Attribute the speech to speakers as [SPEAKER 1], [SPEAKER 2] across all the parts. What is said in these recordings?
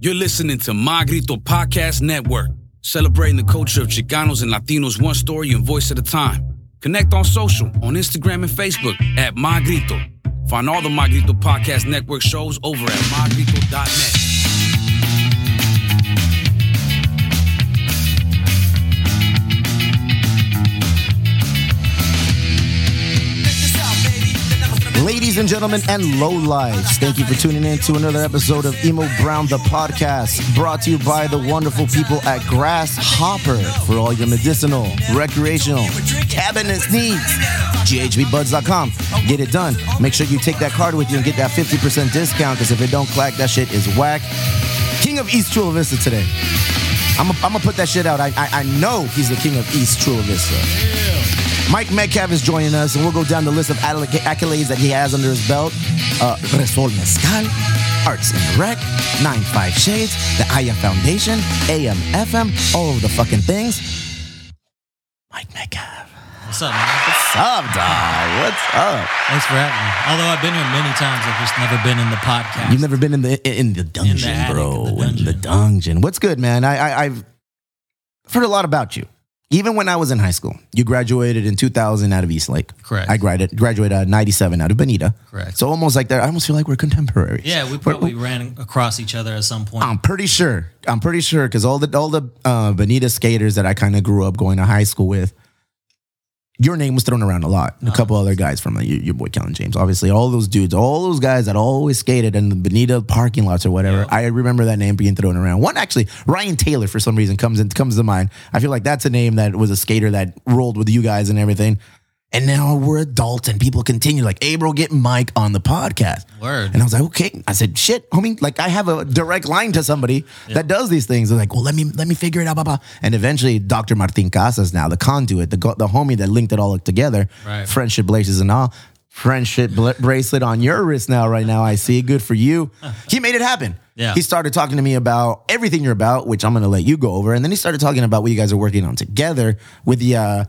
[SPEAKER 1] You're listening to Magrito Podcast Network, celebrating the culture of Chicanos and Latinos one story and voice at a time. Connect on social, on Instagram and Facebook at Magrito. Find all the Magrito Podcast Network shows over at magrito.net.
[SPEAKER 2] Ladies and gentlemen, and low lives, thank you for tuning in to another episode of Emo Brown the podcast, brought to you by the wonderful people at Grasshopper for all your medicinal, recreational, cabinet needs. GHBBuds.com. Get it done. Make sure you take that card with you and get that 50% discount because if it don't clack, that shit is whack. King of East Chula Vista today. I'm gonna put that shit out. I, I, I know he's the king of East Chula Vista. Mike Metcalf is joining us, and we'll go down the list of acc- accolades that he has under his belt. Uh, Resol Mezcal, Arts and Rec, 9-5 Shades, the Aya Foundation, AM, FM, all of the fucking things. Mike Metcalf.
[SPEAKER 3] What's up, man?
[SPEAKER 2] What's up, dog? What's up?
[SPEAKER 3] Thanks for having me. Although I've been here many times, I've just never been in the podcast.
[SPEAKER 2] You've never been in the in in the dungeon,
[SPEAKER 3] attic,
[SPEAKER 2] bro.
[SPEAKER 3] the
[SPEAKER 2] In the dungeon. What's good, man? I, I I've heard a lot about you. Even when I was in high school, you graduated in 2000 out of Eastlake.
[SPEAKER 3] Correct.
[SPEAKER 2] I graduated graduated out of 97 out of Bonita.
[SPEAKER 3] Correct.
[SPEAKER 2] So almost like that. I almost feel like we're contemporaries.
[SPEAKER 3] yeah, we
[SPEAKER 2] We're-
[SPEAKER 3] probably ran across each other at some point.
[SPEAKER 2] I'm pretty sure. I'm pretty sure because all the all the uh, Bonita skaters that I kind of grew up going to high school with, your name was thrown around a lot. A couple other guys from like, your, your boy Kellen James, obviously. All those dudes, all those guys that always skated in the Bonita parking lots or whatever.
[SPEAKER 3] Yeah.
[SPEAKER 2] I remember that name being thrown around. One actually, Ryan Taylor for some reason comes in, comes to mind. I feel like that's a name that was a skater that rolled with you guys and everything. And now we're adults and people continue like, hey, bro, get Mike on the podcast.
[SPEAKER 3] Word.
[SPEAKER 2] And I was like, okay. I said, shit, homie. Like I have a direct line to somebody that does these things. They're like, well, let me let me figure it out, blah blah. And eventually, Dr. Martin Casas, now the conduit, the go- the homie that linked it all together,
[SPEAKER 3] Right.
[SPEAKER 2] friendship laces and all, friendship bl- bracelet on your wrist now. Right now, I see. Good for you. He made it happen.
[SPEAKER 3] Yeah.
[SPEAKER 2] He started talking to me about everything you're about, which I'm gonna let you go over. And then he started talking about what you guys are working on together with the uh,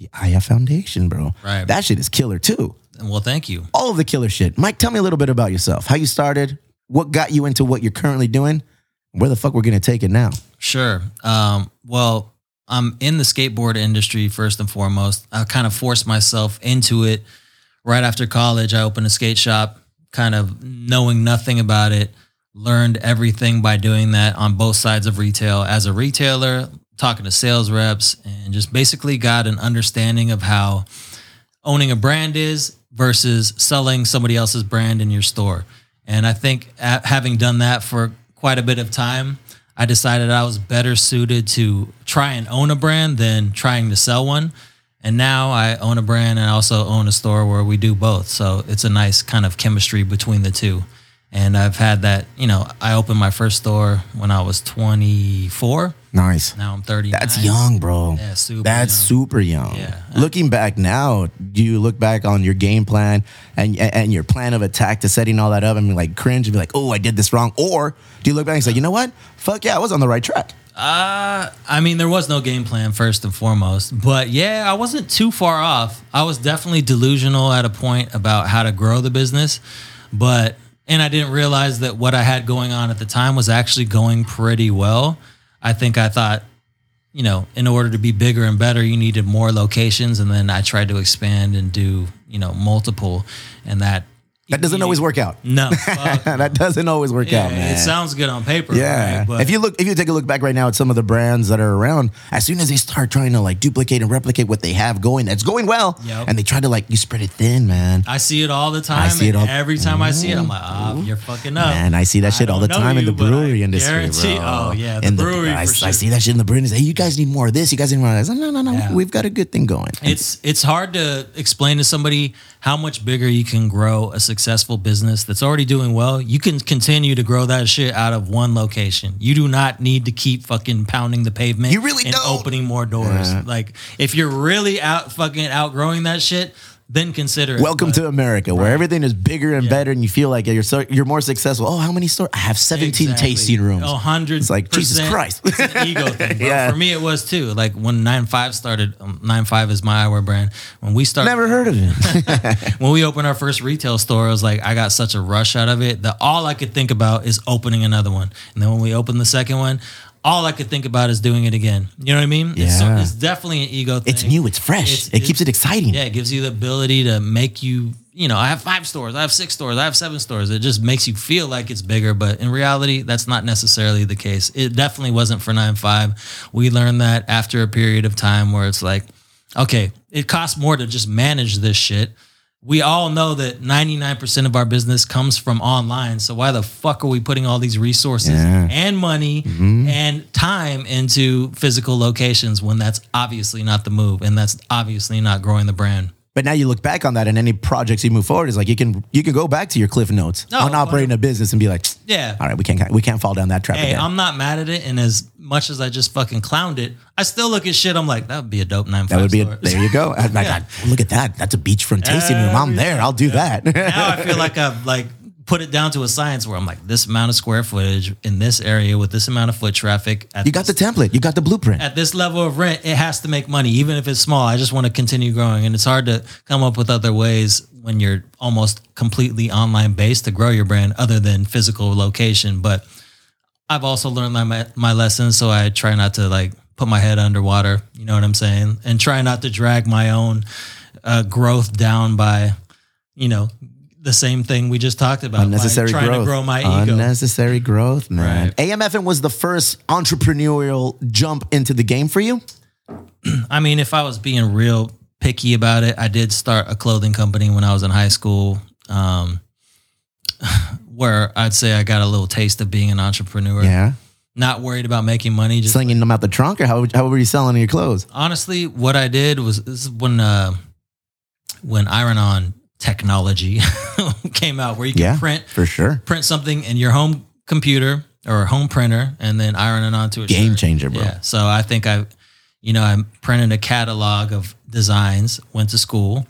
[SPEAKER 2] the Aya Foundation, bro.
[SPEAKER 3] Right.
[SPEAKER 2] That shit is killer too
[SPEAKER 3] Well, thank you.
[SPEAKER 2] all of the killer shit. Mike, tell me a little bit about yourself. How you started, what got you into what you're currently doing, where the fuck we're gonna take it now.
[SPEAKER 3] Sure. Um, well, I'm in the skateboard industry first and foremost. I kind of forced myself into it right after college. I opened a skate shop, kind of knowing nothing about it, learned everything by doing that on both sides of retail as a retailer, talking to sales reps, and just basically got an understanding of how owning a brand is versus selling somebody else's brand in your store. And I think a- having done that for quite a bit of time, I decided I was better suited to try and own a brand than trying to sell one. And now I own a brand and I also own a store where we do both. So it's a nice kind of chemistry between the two. And I've had that, you know, I opened my first store when I was 24.
[SPEAKER 2] Nice.
[SPEAKER 3] Now I'm 30.
[SPEAKER 2] That's young, bro.
[SPEAKER 3] Yeah, super
[SPEAKER 2] That's
[SPEAKER 3] young.
[SPEAKER 2] super young.
[SPEAKER 3] Yeah.
[SPEAKER 2] Looking back now, do you look back on your game plan and and your plan of attack to setting all that up and be like cringe and be like, oh, I did this wrong? Or do you look back and say, you know what? Fuck yeah, I was on the right track.
[SPEAKER 3] Uh, I mean, there was no game plan first and foremost, but yeah, I wasn't too far off. I was definitely delusional at a point about how to grow the business, but and I didn't realize that what I had going on at the time was actually going pretty well. I think I thought, you know, in order to be bigger and better, you needed more locations, and then I tried to expand and do, you know, multiple, and that
[SPEAKER 2] That doesn't always work out.
[SPEAKER 3] No, fuck.
[SPEAKER 2] that doesn't always work out, man.
[SPEAKER 3] it sounds good on paper.
[SPEAKER 2] Yeah.
[SPEAKER 3] right? but
[SPEAKER 2] if you look, if you take a look back right now at some of the brands that are around, as soon as they start trying to like duplicate and replicate what they have going, that's going well,
[SPEAKER 3] Yep.
[SPEAKER 2] and they try to like you spread it thin, man.
[SPEAKER 3] I see it all the time.
[SPEAKER 2] see it
[SPEAKER 3] and
[SPEAKER 2] all-
[SPEAKER 3] every time I see it, I'm like, oh, you're fucking up.
[SPEAKER 2] Man, I see that shit all the
[SPEAKER 3] don't know
[SPEAKER 2] time in the
[SPEAKER 3] you, but I
[SPEAKER 2] brewery industry,
[SPEAKER 3] guarantee-
[SPEAKER 2] bro.
[SPEAKER 3] oh, yeah, the
[SPEAKER 2] In
[SPEAKER 3] brewery
[SPEAKER 2] I,
[SPEAKER 3] for
[SPEAKER 2] I
[SPEAKER 3] sure.
[SPEAKER 2] see that shit in the brewery. Hey, you guys need more of this. You guys need more of this. No, no, no.
[SPEAKER 3] Yeah.
[SPEAKER 2] We've got a good thing going.
[SPEAKER 3] It's it's hard to explain to somebody how much bigger you can grow a successful business that's already doing well. You can continue to grow that shit out of one location. You do not need to keep fucking pounding the pavement.
[SPEAKER 2] You really
[SPEAKER 3] and
[SPEAKER 2] don't.
[SPEAKER 3] opening more doors. Like if you're really out fucking outgrowing that shit, then consider it.
[SPEAKER 2] Welcome
[SPEAKER 3] But
[SPEAKER 2] to America, where everything is bigger and
[SPEAKER 3] Yeah.
[SPEAKER 2] better, and you feel like you're so, you're more successful. Oh, how many stores? I have 17
[SPEAKER 3] Exactly.
[SPEAKER 2] tasting rooms.
[SPEAKER 3] A hundred.
[SPEAKER 2] It's like, Jesus
[SPEAKER 3] percent.
[SPEAKER 2] Christ.
[SPEAKER 3] It's an ego thing. bro.
[SPEAKER 2] Yeah.
[SPEAKER 3] For me, it was too. Like when Nine Five started. Um, Nine Five is my eyewear brand. When we started,
[SPEAKER 2] Never heard of it.
[SPEAKER 3] when we opened our first retail store, I was like, I got such a rush out of it that all I could think about is opening another one. And then when we opened the second one, all I could think about is doing it again. You know what I mean? It's,
[SPEAKER 2] Yeah.
[SPEAKER 3] it's definitely an ego thing.
[SPEAKER 2] it's new. It's fresh.
[SPEAKER 3] It's-
[SPEAKER 2] it keeps it exciting.
[SPEAKER 3] Yeah, it gives you the ability to make you, you know, I have five stores, I have six stores, I have seven stores. It just makes you feel like it's bigger, but in reality, that's not necessarily the case. It definitely wasn't for nine five. We learned that after a period of time where it's like, okay, it costs more to just manage this shit. We all know that 99% of our business comes from online. So why the fuck are we putting all these resources
[SPEAKER 2] Yeah. Mm-hmm.
[SPEAKER 3] and money and time into physical locations when that's obviously not the move and that's obviously not growing the brand?
[SPEAKER 2] But now you look back on that, and any projects you move forward is like you can you can go back to your cliff notes
[SPEAKER 3] No,
[SPEAKER 2] on operating a business and be like,
[SPEAKER 3] Yeah.
[SPEAKER 2] all right, we can't we can't fall down that trap
[SPEAKER 3] Hey,
[SPEAKER 2] again.
[SPEAKER 3] I'm not mad at it. And as much as I just fucking clowned it, I still look at shit. I'm like, that would be a dope nine.
[SPEAKER 2] that would be a, there. You go. I'm like, God, look at that. That's a beachfront tasting room. I'm there. I'll do that.
[SPEAKER 3] now I feel like I've like put it down to a science where I'm like, this amount of square footage in this area with this amount of foot traffic. At
[SPEAKER 2] you got the
[SPEAKER 3] this,
[SPEAKER 2] template. You got the blueprint.
[SPEAKER 3] at this level of rent, it has to make money, even if it's small. I just want to continue growing, and it's hard to come up with other ways when you're almost completely online based to grow your brand, other than physical location. But I've also learned my- my my lessons, so I try not to like put my head underwater. You know what I'm saying, and try not to drag my own uh, growth down by, you know, the same thing we just talked about. by
[SPEAKER 2] Unnecessary
[SPEAKER 3] trying
[SPEAKER 2] growth.
[SPEAKER 3] to grow my ego.
[SPEAKER 2] Unnecessary growth, man. AMFN was the first entrepreneurial jump into the game for you.
[SPEAKER 3] I mean, if I was being real picky about it, I did start a clothing company when I was in high school, um, where I'd say I got a little taste of being an entrepreneur.
[SPEAKER 2] Yeah,
[SPEAKER 3] Not worried about making money. Just
[SPEAKER 2] slinging them out the trunk, or how how were you selling your clothes?
[SPEAKER 3] honestly, what I did was this is when uh, when Iron On technology came out, where you can
[SPEAKER 2] Yeah.
[SPEAKER 3] print
[SPEAKER 2] For sure,
[SPEAKER 3] print something in your home computer or home printer, and then iron it onto a
[SPEAKER 2] game
[SPEAKER 3] shirt.
[SPEAKER 2] changer, bro.
[SPEAKER 3] Yeah. So I think I, you know, I printed a catalog of designs, went to school,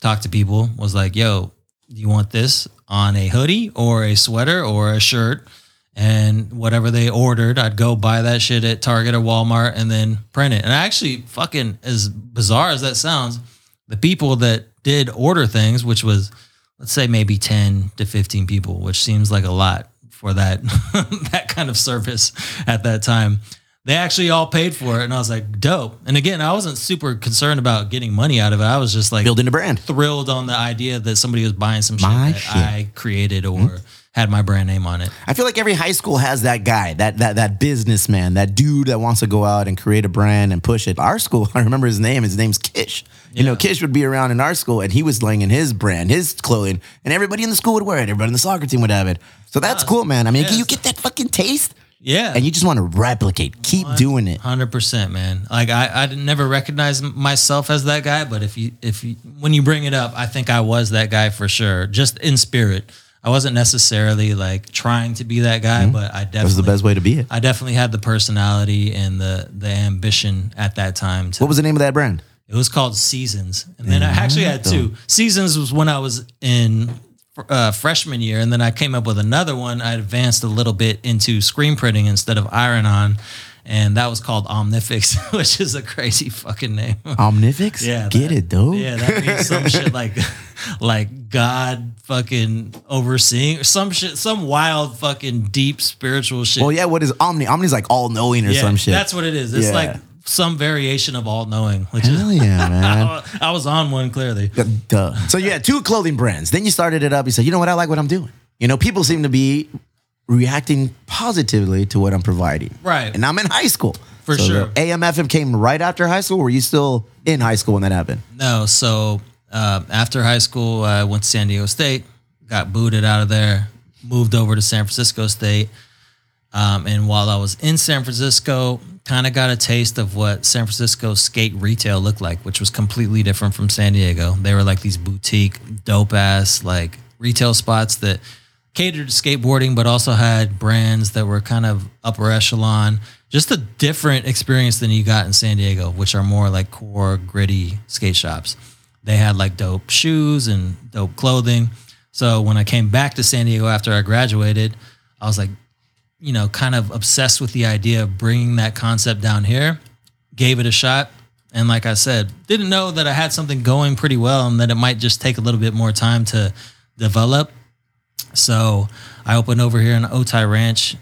[SPEAKER 3] talked to people, was like, yo, do you want this on a hoodie or a sweater or a shirt? And whatever they ordered, I'd go buy that shit at Target or Walmart and then print it. And I actually fucking, as bizarre as that sounds, the people that did order things, which was, let's say maybe 10 to 15 people, which seems like a lot for that, that kind of service at that time. They actually all paid for it. And I was like, dope. And again, I wasn't super concerned about getting money out of it. I was just like,
[SPEAKER 2] Building a brand.
[SPEAKER 3] thrilled on the idea that somebody was buying some shit
[SPEAKER 2] My
[SPEAKER 3] that
[SPEAKER 2] shit. Mm-hmm.
[SPEAKER 3] I created or had my brand name on it.
[SPEAKER 2] I feel like every high school has that guy, that that that businessman, that dude that wants to go out and create a brand and push it. Our school, I remember his name. His name's Kish. You know, Kish would be around in our school, and he was slinging his brand, his clothing, and everybody in the school would wear it. Everybody in the soccer team would have it. So that's cool, man. I mean,
[SPEAKER 3] yeah.
[SPEAKER 2] you get that fucking taste,
[SPEAKER 3] Yeah.
[SPEAKER 2] and you just want to replicate, keep doing it.
[SPEAKER 3] Hundred percent, man. Like I, I didn't- never recognized m- myself as that guy, but if you, if you, when you bring it up, I think I was that guy for sure, just in spirit. I wasn't necessarily like trying to be that guy, but I
[SPEAKER 2] That Mm-hmm. was the
[SPEAKER 3] definitely,
[SPEAKER 2] best way to be it.
[SPEAKER 3] I definitely had the personality and the the ambition at that time. To,
[SPEAKER 2] What was the name of that brand?
[SPEAKER 3] It was called Seasons, and then I actually had two. Seasons was when I was in uh, freshman year, and then I came up with another one. I advanced a little bit into screen printing instead of iron on, and that was called Omnifix, which is a crazy fucking name.
[SPEAKER 2] Omnifix.
[SPEAKER 3] Yeah,
[SPEAKER 2] get
[SPEAKER 3] that-
[SPEAKER 2] it, dude.
[SPEAKER 3] Yeah, that means some shit like like God fucking overseeing or some shit, some wild fucking deep spiritual shit.
[SPEAKER 2] Well, yeah. What is Omni? Omni's like all knowing or
[SPEAKER 3] Yeah,
[SPEAKER 2] Oh, some shit.
[SPEAKER 3] That's what it is. It's
[SPEAKER 2] Yeah.
[SPEAKER 3] like some variation of all knowing, which is.
[SPEAKER 2] Hell yeah, man.
[SPEAKER 3] I was on one clearly.
[SPEAKER 2] Duh. So you had two clothing brands. Then you started it up. You said, you know what? I like what I'm doing. You know, people seem to be reacting positively to what I'm providing.
[SPEAKER 3] Right.
[SPEAKER 2] And I'm in high school.
[SPEAKER 3] For
[SPEAKER 2] So
[SPEAKER 3] sure.
[SPEAKER 2] the AMFM came right after high school. Were you still in high school when that happened?
[SPEAKER 3] No, so uh, after high school, I went to San Diego State, got booted out of there, moved over to San Francisco State. Um, and while I was in San Francisco, kind of got a taste of what San Francisco skate retail looked like, which was completely different from San Diego. They were like these boutique, dope ass, like retail spots that catered to skateboarding, but also had brands that were kind of upper echelon. Just a different experience than you got in San Diego, which are more like core, gritty skate shops. They had like dope shoes and dope clothing. So when I came back to San Diego after I graduated, I was like, you know, kind of obsessed with the idea of bringing that concept down here. Gave it a shot. And like I said, didn't know that I had something going pretty well and that it might just take a little bit more time to develop. So I opened over here in Otai Ranch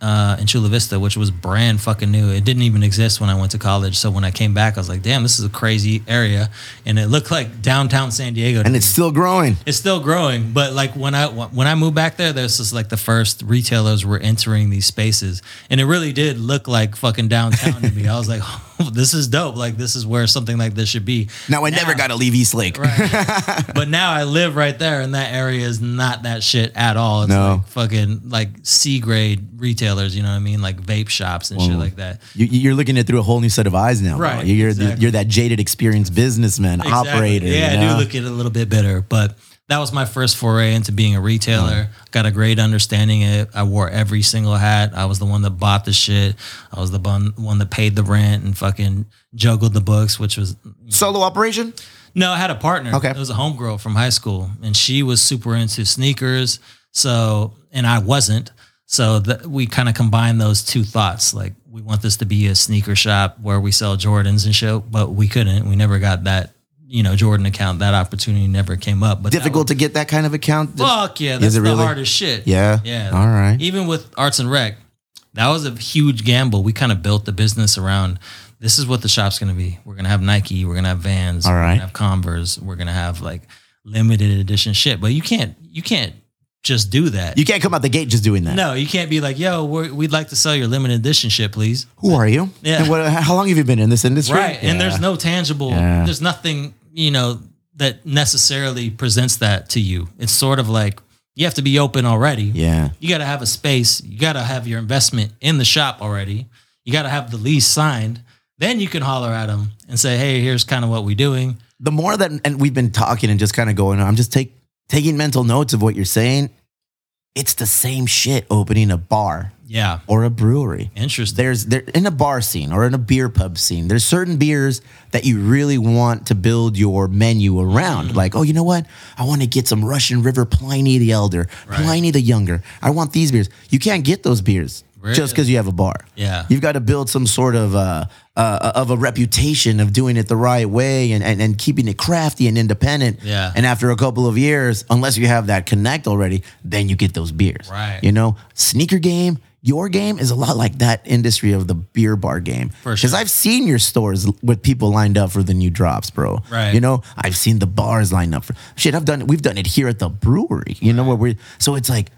[SPEAKER 3] uh, in Chula Vista, which was brand fucking new. It didn't even exist when I went to college. So when I came back, I was like, damn, this is a crazy area. And it looked like downtown San Diego. to
[SPEAKER 2] And
[SPEAKER 3] me.
[SPEAKER 2] it's still growing.
[SPEAKER 3] it's still growing. But like when I when I moved back there, there's just like the first retailers were entering these spaces. And it really did look like fucking downtown to me. I was like, oh, this is dope. Like this is where something like this should be.
[SPEAKER 2] Now I never
[SPEAKER 3] Now-
[SPEAKER 2] got to leave East Lake.
[SPEAKER 3] Right. but now I live right there, and that area is not that shit at all. It's
[SPEAKER 2] No.
[SPEAKER 3] like fucking like C grade retailers. You know what I mean? Like vape shops and shit like that.
[SPEAKER 2] You, you're looking at it through a whole new set of eyes now. bro.
[SPEAKER 3] Right,
[SPEAKER 2] You're, you're,
[SPEAKER 3] exactly.
[SPEAKER 2] you're that jaded, experienced businessman,
[SPEAKER 3] Exactly.
[SPEAKER 2] operator.
[SPEAKER 3] Yeah,
[SPEAKER 2] you know?
[SPEAKER 3] I do look at it a little bit better, but that was my first foray into being a retailer. Got a great understanding of it. I wore every single hat. I was the one that bought the shit. I was the bun- one that paid the rent and fucking juggled the books, which was
[SPEAKER 2] Solo operation?
[SPEAKER 3] No, I had a partner.
[SPEAKER 2] Okay.
[SPEAKER 3] It was a homegirl from high school, and she was super into sneakers. So, and I wasn't. So that we kind of combined those two thoughts. Like, we want this to be a sneaker shop where we sell Jordans and shit, but we couldn't. We never got that, you know, Jordan account. That opportunity never came up. But that
[SPEAKER 2] Difficult to get that kind of account?
[SPEAKER 3] was- fuck yeah, that's
[SPEAKER 2] it
[SPEAKER 3] the
[SPEAKER 2] really?
[SPEAKER 3] hardest shit.
[SPEAKER 2] Yeah?
[SPEAKER 3] Yeah.
[SPEAKER 2] All right.
[SPEAKER 3] Even with arts and rec, that was a huge gamble. We kind of built the business around this is what the shop's going to be. We're going to have Nike, we're going to have Vans,
[SPEAKER 2] All
[SPEAKER 3] we're going
[SPEAKER 2] right.
[SPEAKER 3] to have Converse, we're going to have like limited edition shit. But you can't you can't just do that.
[SPEAKER 2] You can't come out the gate just doing that.
[SPEAKER 3] no, you can't be like, "Yo, we're, we'd like to sell your limited edition shit, please."
[SPEAKER 2] Who are you?
[SPEAKER 3] Yeah.
[SPEAKER 2] And what, how long have you been in this industry?
[SPEAKER 3] Right. And there's no tangible,
[SPEAKER 2] Yeah.
[SPEAKER 3] there's nothing, you know, that necessarily presents that to you. It's sort of like you have to be open already.
[SPEAKER 2] Yeah.
[SPEAKER 3] You got to have a space. You got to have your investment in the shop already. You got to have the lease signed. Then you can holler at them and say, hey, here's kind of what we're doing.
[SPEAKER 2] the more that and we've been talking and just kind of going i'm just take, taking mental notes of what you're saying it's the same shit opening a bar
[SPEAKER 3] Yeah.
[SPEAKER 2] or a brewery
[SPEAKER 3] Interesting.
[SPEAKER 2] there's there in a bar scene or in a beer pub scene there's certain beers that you really want to build your menu around
[SPEAKER 3] Mm-hmm.
[SPEAKER 2] like oh you know what i want to get some russian river pliny the elder pliny the younger i want these beers you can't get those beers just because you have a bar
[SPEAKER 3] Yeah.
[SPEAKER 2] you've got to build some sort of uh, uh, of a reputation of doing it the right way and, and, and keeping it crafty and independent
[SPEAKER 3] Yeah.
[SPEAKER 2] and after a couple of years unless you have that connect already then you get those beers
[SPEAKER 3] Right.
[SPEAKER 2] you know sneaker game your game is a lot like that industry of the beer bar game
[SPEAKER 3] For sure.
[SPEAKER 2] i've seen your stores with people lined up for the new drops bro
[SPEAKER 3] Right.
[SPEAKER 2] you know i've seen the bars lined up for shit i've done we've done it here at the brewery you know where we're so it's like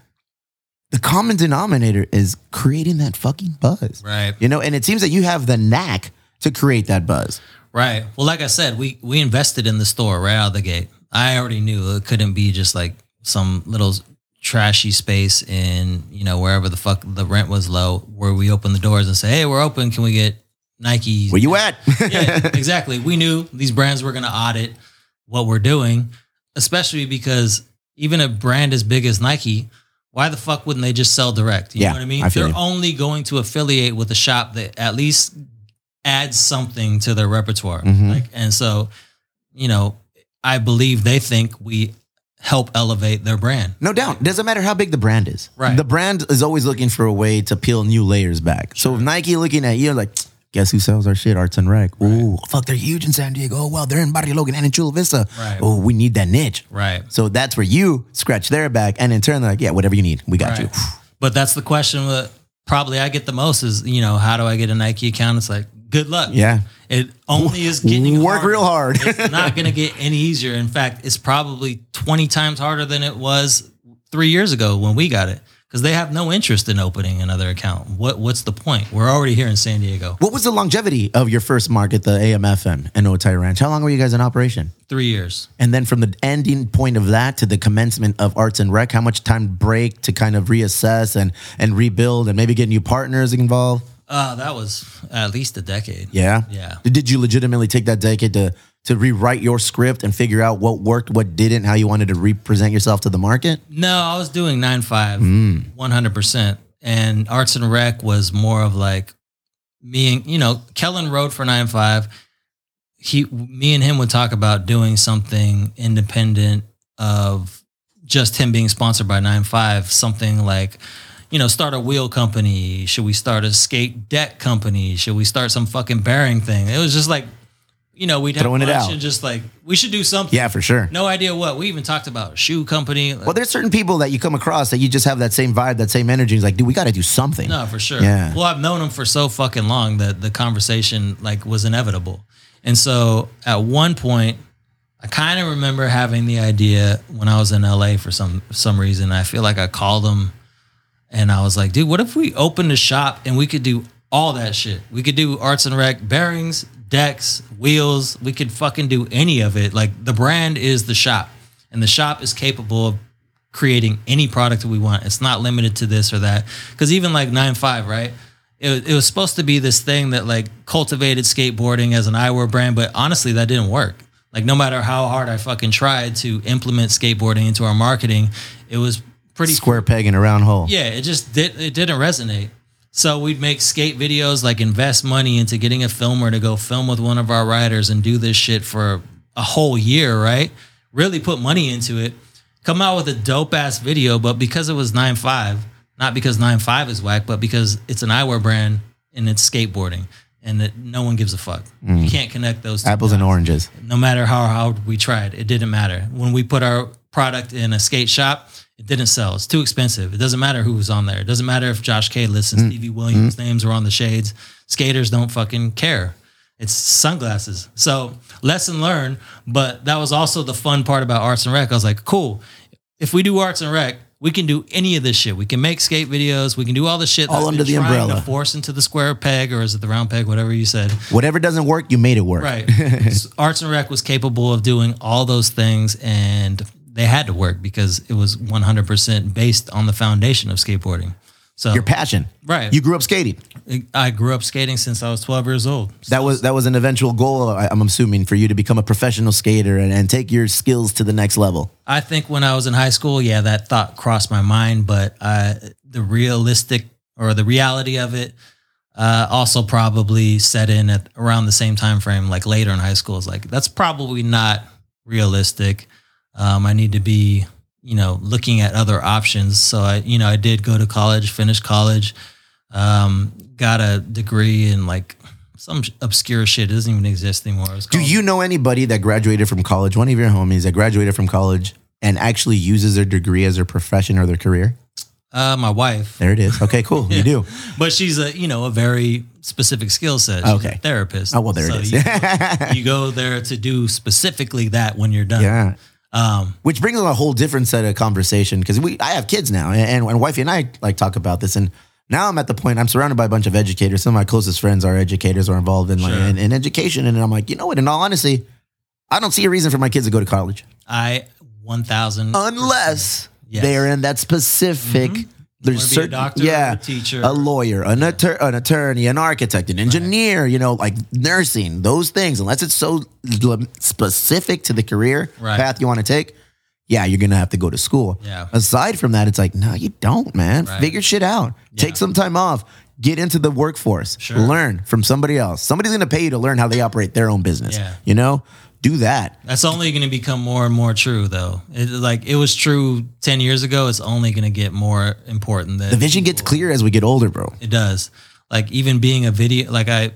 [SPEAKER 2] the common denominator is creating that fucking buzz
[SPEAKER 3] Right.
[SPEAKER 2] you know, and it seems that you have the knack to create that buzz.
[SPEAKER 3] Right. Well, like I said, we we invested in the store right out of the gate. I already knew it couldn't be just like some little trashy space in you know wherever the fuck the rent was low, where we open the doors and say, "Hey, we're open. Can we get Nike?"
[SPEAKER 2] Where you at?
[SPEAKER 3] yeah, exactly. We knew these brands were going to audit what we're doing, especially because even a brand as big as Nike, why the fuck wouldn't they just sell direct? You
[SPEAKER 2] Yeah,
[SPEAKER 3] know what I mean?
[SPEAKER 2] I feel
[SPEAKER 3] They're
[SPEAKER 2] you.
[SPEAKER 3] only going to affiliate with a shop that at least adds something to their repertoire.
[SPEAKER 2] Mhm.
[SPEAKER 3] Like, and so, you know, I believe they think we help elevate their brand.
[SPEAKER 2] no doubt. Doesn't matter how big the brand is.
[SPEAKER 3] Right.
[SPEAKER 2] The brand is always looking for a way to peel new layers back. So if Nike looking at you like, guess who sells our shit? Arts and Rec. Ooh, fuck, they're huge in San Diego. Oh, well, they're in Barrio Logan and in Chula Vista.
[SPEAKER 3] Right.
[SPEAKER 2] Oh, we need that niche.
[SPEAKER 3] Right.
[SPEAKER 2] So that's where you scratch their back, and in turn, they're like, yeah, whatever you need, we got
[SPEAKER 3] Right.
[SPEAKER 2] you.
[SPEAKER 3] But that's the question that probably I get the most is, you know, how do I get a Nike account? It's like, good luck.
[SPEAKER 2] Yeah.
[SPEAKER 3] It only is getting
[SPEAKER 2] Work
[SPEAKER 3] harder.
[SPEAKER 2] real hard.
[SPEAKER 3] it's not going to get any easier. In fact, it's probably 20 times harder than it was three years ago when we got it because they have no interest in opening another account. What What's the point? We're already here in San Diego.
[SPEAKER 2] What was the longevity of your first market, the AMFM and Otay Ranch? How long were you guys in operation?
[SPEAKER 3] Three years.
[SPEAKER 2] And then from the ending point of that to the commencement of Arts and Rec, how much time break to kind of reassess and and rebuild and maybe get new partners involved?
[SPEAKER 3] Uh, that was at least a decade.
[SPEAKER 2] Yeah.
[SPEAKER 3] Yeah.
[SPEAKER 2] Did you legitimately take that decade to to rewrite your script and figure out what worked, what didn't, how you wanted to represent yourself to the market?
[SPEAKER 3] No, I was doing nine five,
[SPEAKER 2] Mm.
[SPEAKER 3] one hundred percent, and arts and rec was more of like me and you know Kellen rode for nine five. he me and him would talk about doing something independent of just him being sponsored by Nine Five, something like you know, start a wheel company? Should we start a skate deck company? Should we start some fucking bearing thing? It was just like, you know, we'd have
[SPEAKER 2] Throwing it
[SPEAKER 3] lunch
[SPEAKER 2] out.
[SPEAKER 3] and just like we should do something.
[SPEAKER 2] Yeah, for sure.
[SPEAKER 3] No idea what. We even talked about a shoe company. Like,
[SPEAKER 2] Well, there's certain people that you come across that you just have that same vibe, that same energy. It's like, dude, we got to do something.
[SPEAKER 3] No, for sure.
[SPEAKER 2] Yeah.
[SPEAKER 3] Well, I've known him for so fucking long that the conversation like was inevitable. And so at one point, I kind of remember having the idea when I was in LA for some some reason. I feel like I called him and I was like, dude, what if we opened a shop and we could do all that shit? We could do arts and rec bearings, decks, wheels. We could fucking do any of it. Like the brand is the shop, and the shop is capable of creating any product that we want. It's not limited to this or that. Because even like nine five, right? It, was- it was supposed to be this thing that like cultivated skateboarding as an eyewear brand, but honestly, that didn't work. Like no matter how hard I fucking tried to implement skateboarding into our marketing, it was pretty
[SPEAKER 2] Square peg in a round hole.
[SPEAKER 3] yeah, it just did. It didn't resonate. So we'd make skate videos, like invest money into getting a filmer to go film with one of our riders and do this shit for a whole year, right? Really put money into it, come out with a dope ass video, but because it was nine five, not because nine five is whack, but because it's an eyewear brand and it's skateboarding, and that no one gives a fuck. You can't connect those two
[SPEAKER 2] Apples and oranges.
[SPEAKER 3] no matter how hard we tried, it didn't matter. When we put our product in a skate shop, it didn't sell. It's too expensive. It doesn't matter who was on there. It doesn't matter if Josh
[SPEAKER 2] Mm.
[SPEAKER 3] Kalis and Stevie Williams' names were on the shades. Skaters don't fucking care. It's sunglasses. So lesson learned. But that was also the fun part about arts and rec. I was like, cool. If we do arts and rec, we can do any of this shit. We can make skate videos. We can do all the shit.
[SPEAKER 2] All
[SPEAKER 3] that's
[SPEAKER 2] under
[SPEAKER 3] been
[SPEAKER 2] the
[SPEAKER 3] trying to
[SPEAKER 2] umbrella.
[SPEAKER 3] force into the square peg, or is it the round peg? Whatever you said.
[SPEAKER 2] Whatever doesn't work, you made it work.
[SPEAKER 3] Right. S- Arts and Rec was capable of doing all those things and they had to work because it was 100% based on the foundation of skateboarding. So
[SPEAKER 2] Your passion.
[SPEAKER 3] Right.
[SPEAKER 2] You grew up skating.
[SPEAKER 3] I grew up skating since I was 12 years old.
[SPEAKER 2] That was that was an eventual goal. I- I'm assuming for you to become a professional skater and, and take your skills to the next level.
[SPEAKER 3] I think when I was in high school, yeah, that thought crossed my mind, but uh, the realistic or the reality of it uh, also probably set in at around the same time frame, like later in high school. It's like that's probably not realistic. Um, I need to be, you know, looking at other options. So I, you know, I did go to college, finish college, um, got a degree in like some obscure shit. It doesn't even exist anymore. It was
[SPEAKER 2] Do
[SPEAKER 3] called-
[SPEAKER 2] you know anybody that graduated from college? One of your homies that graduated from college and actually uses their degree as their profession or their career?
[SPEAKER 3] Uh, my wife.
[SPEAKER 2] There it is. Okay, cool. You do.
[SPEAKER 3] but she's a you know a very specific skill set. She's
[SPEAKER 2] Okay.
[SPEAKER 3] a therapist.
[SPEAKER 2] Oh well, there
[SPEAKER 3] So
[SPEAKER 2] it is.
[SPEAKER 3] You, you go there to do specifically that when you're done.
[SPEAKER 2] yeah.
[SPEAKER 3] Um,
[SPEAKER 2] which brings on a whole different set of conversation because we I have kids now and, and, and wifey and I like talk about this and now I'm at the point I'm surrounded by a bunch of educators. Some of my closest friends are educators or involved in like
[SPEAKER 3] Sure.
[SPEAKER 2] in, in education and I'm like, you know what? In all honesty, I don't see a reason for my kids to go to college
[SPEAKER 3] I one thousand
[SPEAKER 2] unless
[SPEAKER 3] Yes. Mm-hmm.
[SPEAKER 2] they are in that specific. There's
[SPEAKER 3] be a
[SPEAKER 2] certain,
[SPEAKER 3] doctor or
[SPEAKER 2] yeah,
[SPEAKER 3] a teacher.
[SPEAKER 2] a lawyer, an, attor- an attorney, an architect, an engineer. You know, like nursing, those things. Unless it's so l- specific to the career
[SPEAKER 3] Right.
[SPEAKER 2] path you want to take, yeah, you're gonna have to go to school.
[SPEAKER 3] Yeah.
[SPEAKER 2] Aside from that, it's like, no, you don't, man.
[SPEAKER 3] Right.
[SPEAKER 2] Figure shit out. Take some time off. Get into the workforce.
[SPEAKER 3] Sure.
[SPEAKER 2] Learn from somebody else. Somebody's gonna pay you to learn how they operate their own business.
[SPEAKER 3] Yeah.
[SPEAKER 2] You know, do that.
[SPEAKER 3] That's only going to become more and more true, though. It, like it was true ten years ago. It's only going to get more important. That
[SPEAKER 2] The vision gets clearer as we get older, bro.
[SPEAKER 3] It does. Like even being a video, like I,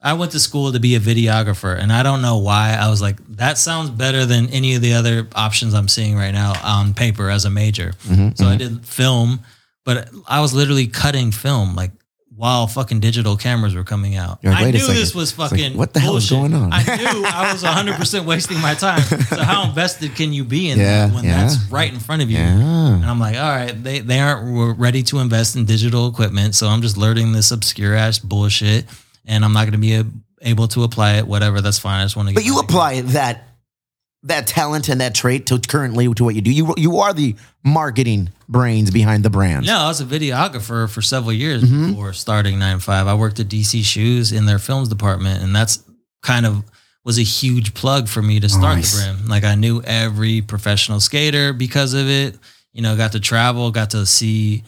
[SPEAKER 3] I went to school to be a videographer, and I don't know why I was like that sounds better than any of the other options I'm seeing right now on paper as a major.
[SPEAKER 2] Mm-hmm,
[SPEAKER 3] so I did film, but I was literally cutting film like while fucking digital cameras were coming out.
[SPEAKER 2] You're like,
[SPEAKER 3] I
[SPEAKER 2] "Wait a
[SPEAKER 3] knew
[SPEAKER 2] second."
[SPEAKER 3] this was
[SPEAKER 2] It's like,
[SPEAKER 3] fucking
[SPEAKER 2] what the hell is
[SPEAKER 3] bullshit.
[SPEAKER 2] going on?
[SPEAKER 3] I knew I was 100 percent wasting my time. So how invested can you be in
[SPEAKER 2] Yeah,
[SPEAKER 3] that when
[SPEAKER 2] yeah.
[SPEAKER 3] that's right in front of you? And I'm like, all right, they, they aren't re- ready to invest in digital equipment. So I'm just learning this obscure ass bullshit and I'm not going to be a, able to apply it. Whatever. That's fine. I just want to
[SPEAKER 2] But you apply that that talent and that trait to currently to what you do. You you are the marketing brains behind the brand.
[SPEAKER 3] No, I was a videographer for several years
[SPEAKER 2] Mm-hmm.
[SPEAKER 3] before starting Nine Five. I worked at DC Shoes in their films department, and that's kind of was a huge plug for me to start
[SPEAKER 2] Nice.
[SPEAKER 3] the brand. Like I knew every professional skater because of it. You know, got to travel, got to see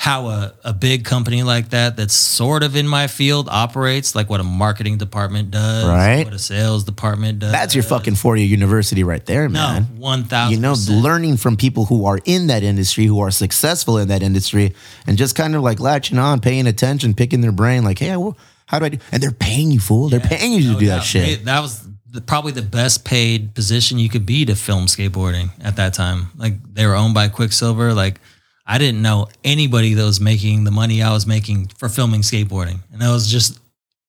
[SPEAKER 3] how a, a big company like that that's sort of in my field operates, like what a marketing department does,
[SPEAKER 2] Right.
[SPEAKER 3] what a sales department does.
[SPEAKER 2] That's your fucking four-year university right there,
[SPEAKER 3] no,
[SPEAKER 2] man.
[SPEAKER 3] one thousand.
[SPEAKER 2] you know, learning from people who are in that industry, who are successful in that industry, and just kind of like latching on, paying attention, picking their brain, like, hey, well, how do I do? And they're paying you, fool. They're paying you to do that shit.
[SPEAKER 3] that was the, probably the best paid position you could be to film skateboarding at that time. Like they were owned by Quicksilver. Like I didn't know anybody that was making the money I was making for filming skateboarding, and I was just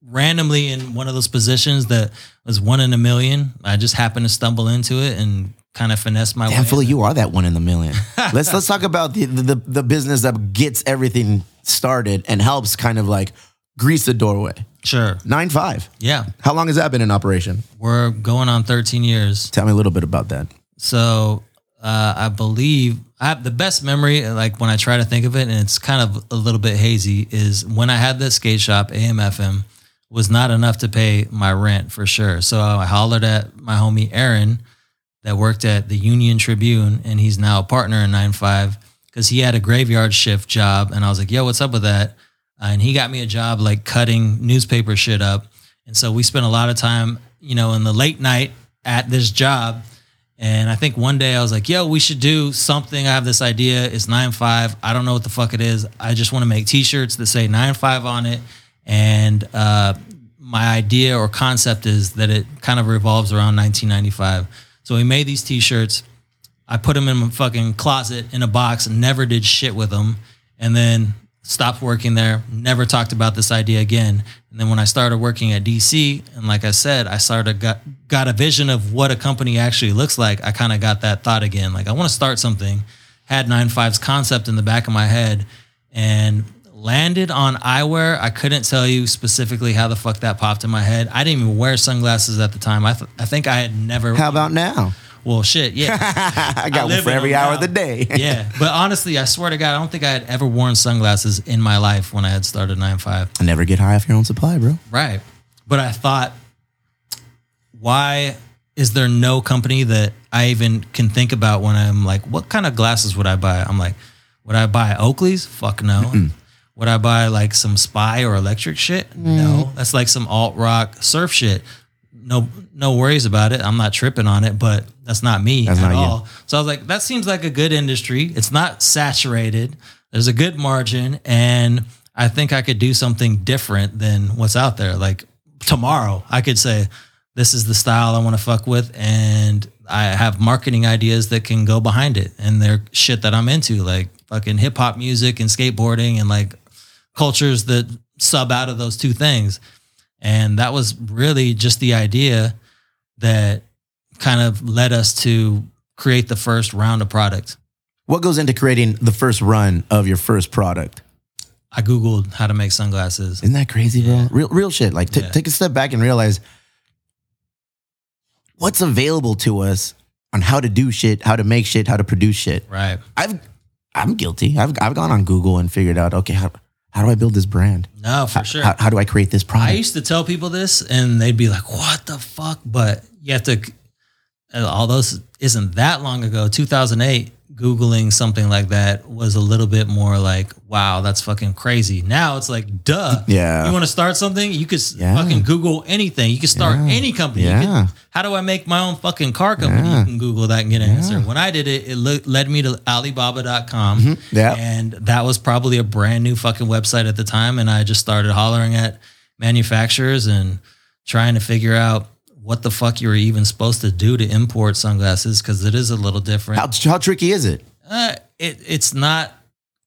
[SPEAKER 3] randomly in one of those positions that was one in a million. I just happened to stumble into it and kind of finesse my
[SPEAKER 2] Damn,
[SPEAKER 3] way.
[SPEAKER 2] fool, you are that one in the million. let's let's talk about the, the the business that gets everything started and helps kind of like grease the doorway.
[SPEAKER 3] Sure,
[SPEAKER 2] Nine five.
[SPEAKER 3] yeah,
[SPEAKER 2] How long has that been in operation?
[SPEAKER 3] we're going on 13 years.
[SPEAKER 2] Tell me a little bit about that.
[SPEAKER 3] So uh, I believe I have the best memory, like when I try to think of it, and it's kind of a little bit hazy, is when I had this skate shop, AMFM was not enough to pay my rent for sure. So I hollered at my homie Aaron that worked at the Union Tribune, and he's now a partner in 9-5 because he had a graveyard shift job. And I was like, yo, what's up with that? Uh, and he got me a job like cutting newspaper shit up. And so we spent a lot of time, you know, in the late night at this job. And I think one day I was like, yo, we should do something. I have this idea. It's 9 5. I don't know what the fuck it is. I just want to make t shirts that say 9 5 on it. And uh, my idea or concept is that it kind of revolves around 1995. So we made these t shirts. I put them in my fucking closet in a box and never did shit with them. And then stopped working there, never talked about this idea again. And then when I started working at DC, and like I said, I started got, got a vision of what a company actually looks like. I kind of got that thought again. Like, I want to start something. Had 9-5's concept in the back of my head and landed on eyewear. I couldn't tell you specifically how the fuck that popped in my head. I didn't even wear sunglasses at the time. I, th- I think I had never.
[SPEAKER 2] How about now?
[SPEAKER 3] well, shit, yeah.
[SPEAKER 2] I got one
[SPEAKER 3] live
[SPEAKER 2] for
[SPEAKER 3] in
[SPEAKER 2] every
[SPEAKER 3] them
[SPEAKER 2] hour
[SPEAKER 3] now.
[SPEAKER 2] of the day.
[SPEAKER 3] yeah. But honestly, I swear to God, I don't think I had ever worn sunglasses in my life when I had started 9-5.
[SPEAKER 2] Never get high off your own supply, bro.
[SPEAKER 3] Right. But I thought, why is there no company that I even can think about when I'm like, what kind of glasses would I buy? I'm like, would I buy Oakley's? Fuck no. Would I buy like some spy or electric shit? No. That's like some alt rock surf shit. No no worries about it. I'm not tripping on it, but that's not me
[SPEAKER 2] That's
[SPEAKER 3] at
[SPEAKER 2] not you.
[SPEAKER 3] all. So I was like, that seems like a good industry. It's not saturated. There's a good margin. And I think I could do something different than what's out there. Like tomorrow, I could say, this is the style I want to fuck with. And I have marketing ideas that can go behind it. And they're shit that I'm into, like fucking hip hop music and skateboarding and like cultures that sub out of those two things. And that was really just the idea that kind of led us to create the first round of product.
[SPEAKER 2] What goes into creating the first run of your first product?
[SPEAKER 3] I Googled how to make sunglasses.
[SPEAKER 2] Isn't that crazy, bro? Real, real shit. Like, t-
[SPEAKER 3] Yeah.
[SPEAKER 2] take a step back and realize what's available to us on how to do shit, how to make shit, how to produce shit.
[SPEAKER 3] Right.
[SPEAKER 2] I've, I'm guilty. I've, I've gone on Google and figured out, okay, how, how do I build this brand?
[SPEAKER 3] No, for sure.
[SPEAKER 2] How, how do I create this
[SPEAKER 3] I
[SPEAKER 2] product?
[SPEAKER 3] used to tell people this and they'd be like, what the fuck? But you have to, and although this isn't that long ago, 2008, Googling something like that was a little bit more like, wow, that's fucking crazy. Now it's like, duh.
[SPEAKER 2] Yeah.
[SPEAKER 3] You want to start something? You could s
[SPEAKER 2] Yeah.
[SPEAKER 3] fucking Google anything. You could start
[SPEAKER 2] Yeah.
[SPEAKER 3] any company. You
[SPEAKER 2] Yeah.
[SPEAKER 3] could- how do I make my own fucking car company?
[SPEAKER 2] Yeah.
[SPEAKER 3] You can Google that and get an answer. When I did it, it le- led me to Alibaba.com.
[SPEAKER 2] Yeah.
[SPEAKER 3] And that was probably a brand new fucking website at the time. And I just started hollering at manufacturers and trying to figure out what the fuck you were even supposed to do to import sunglasses because it is a little different.
[SPEAKER 2] How, how tricky is it?
[SPEAKER 3] Uh, it, it's not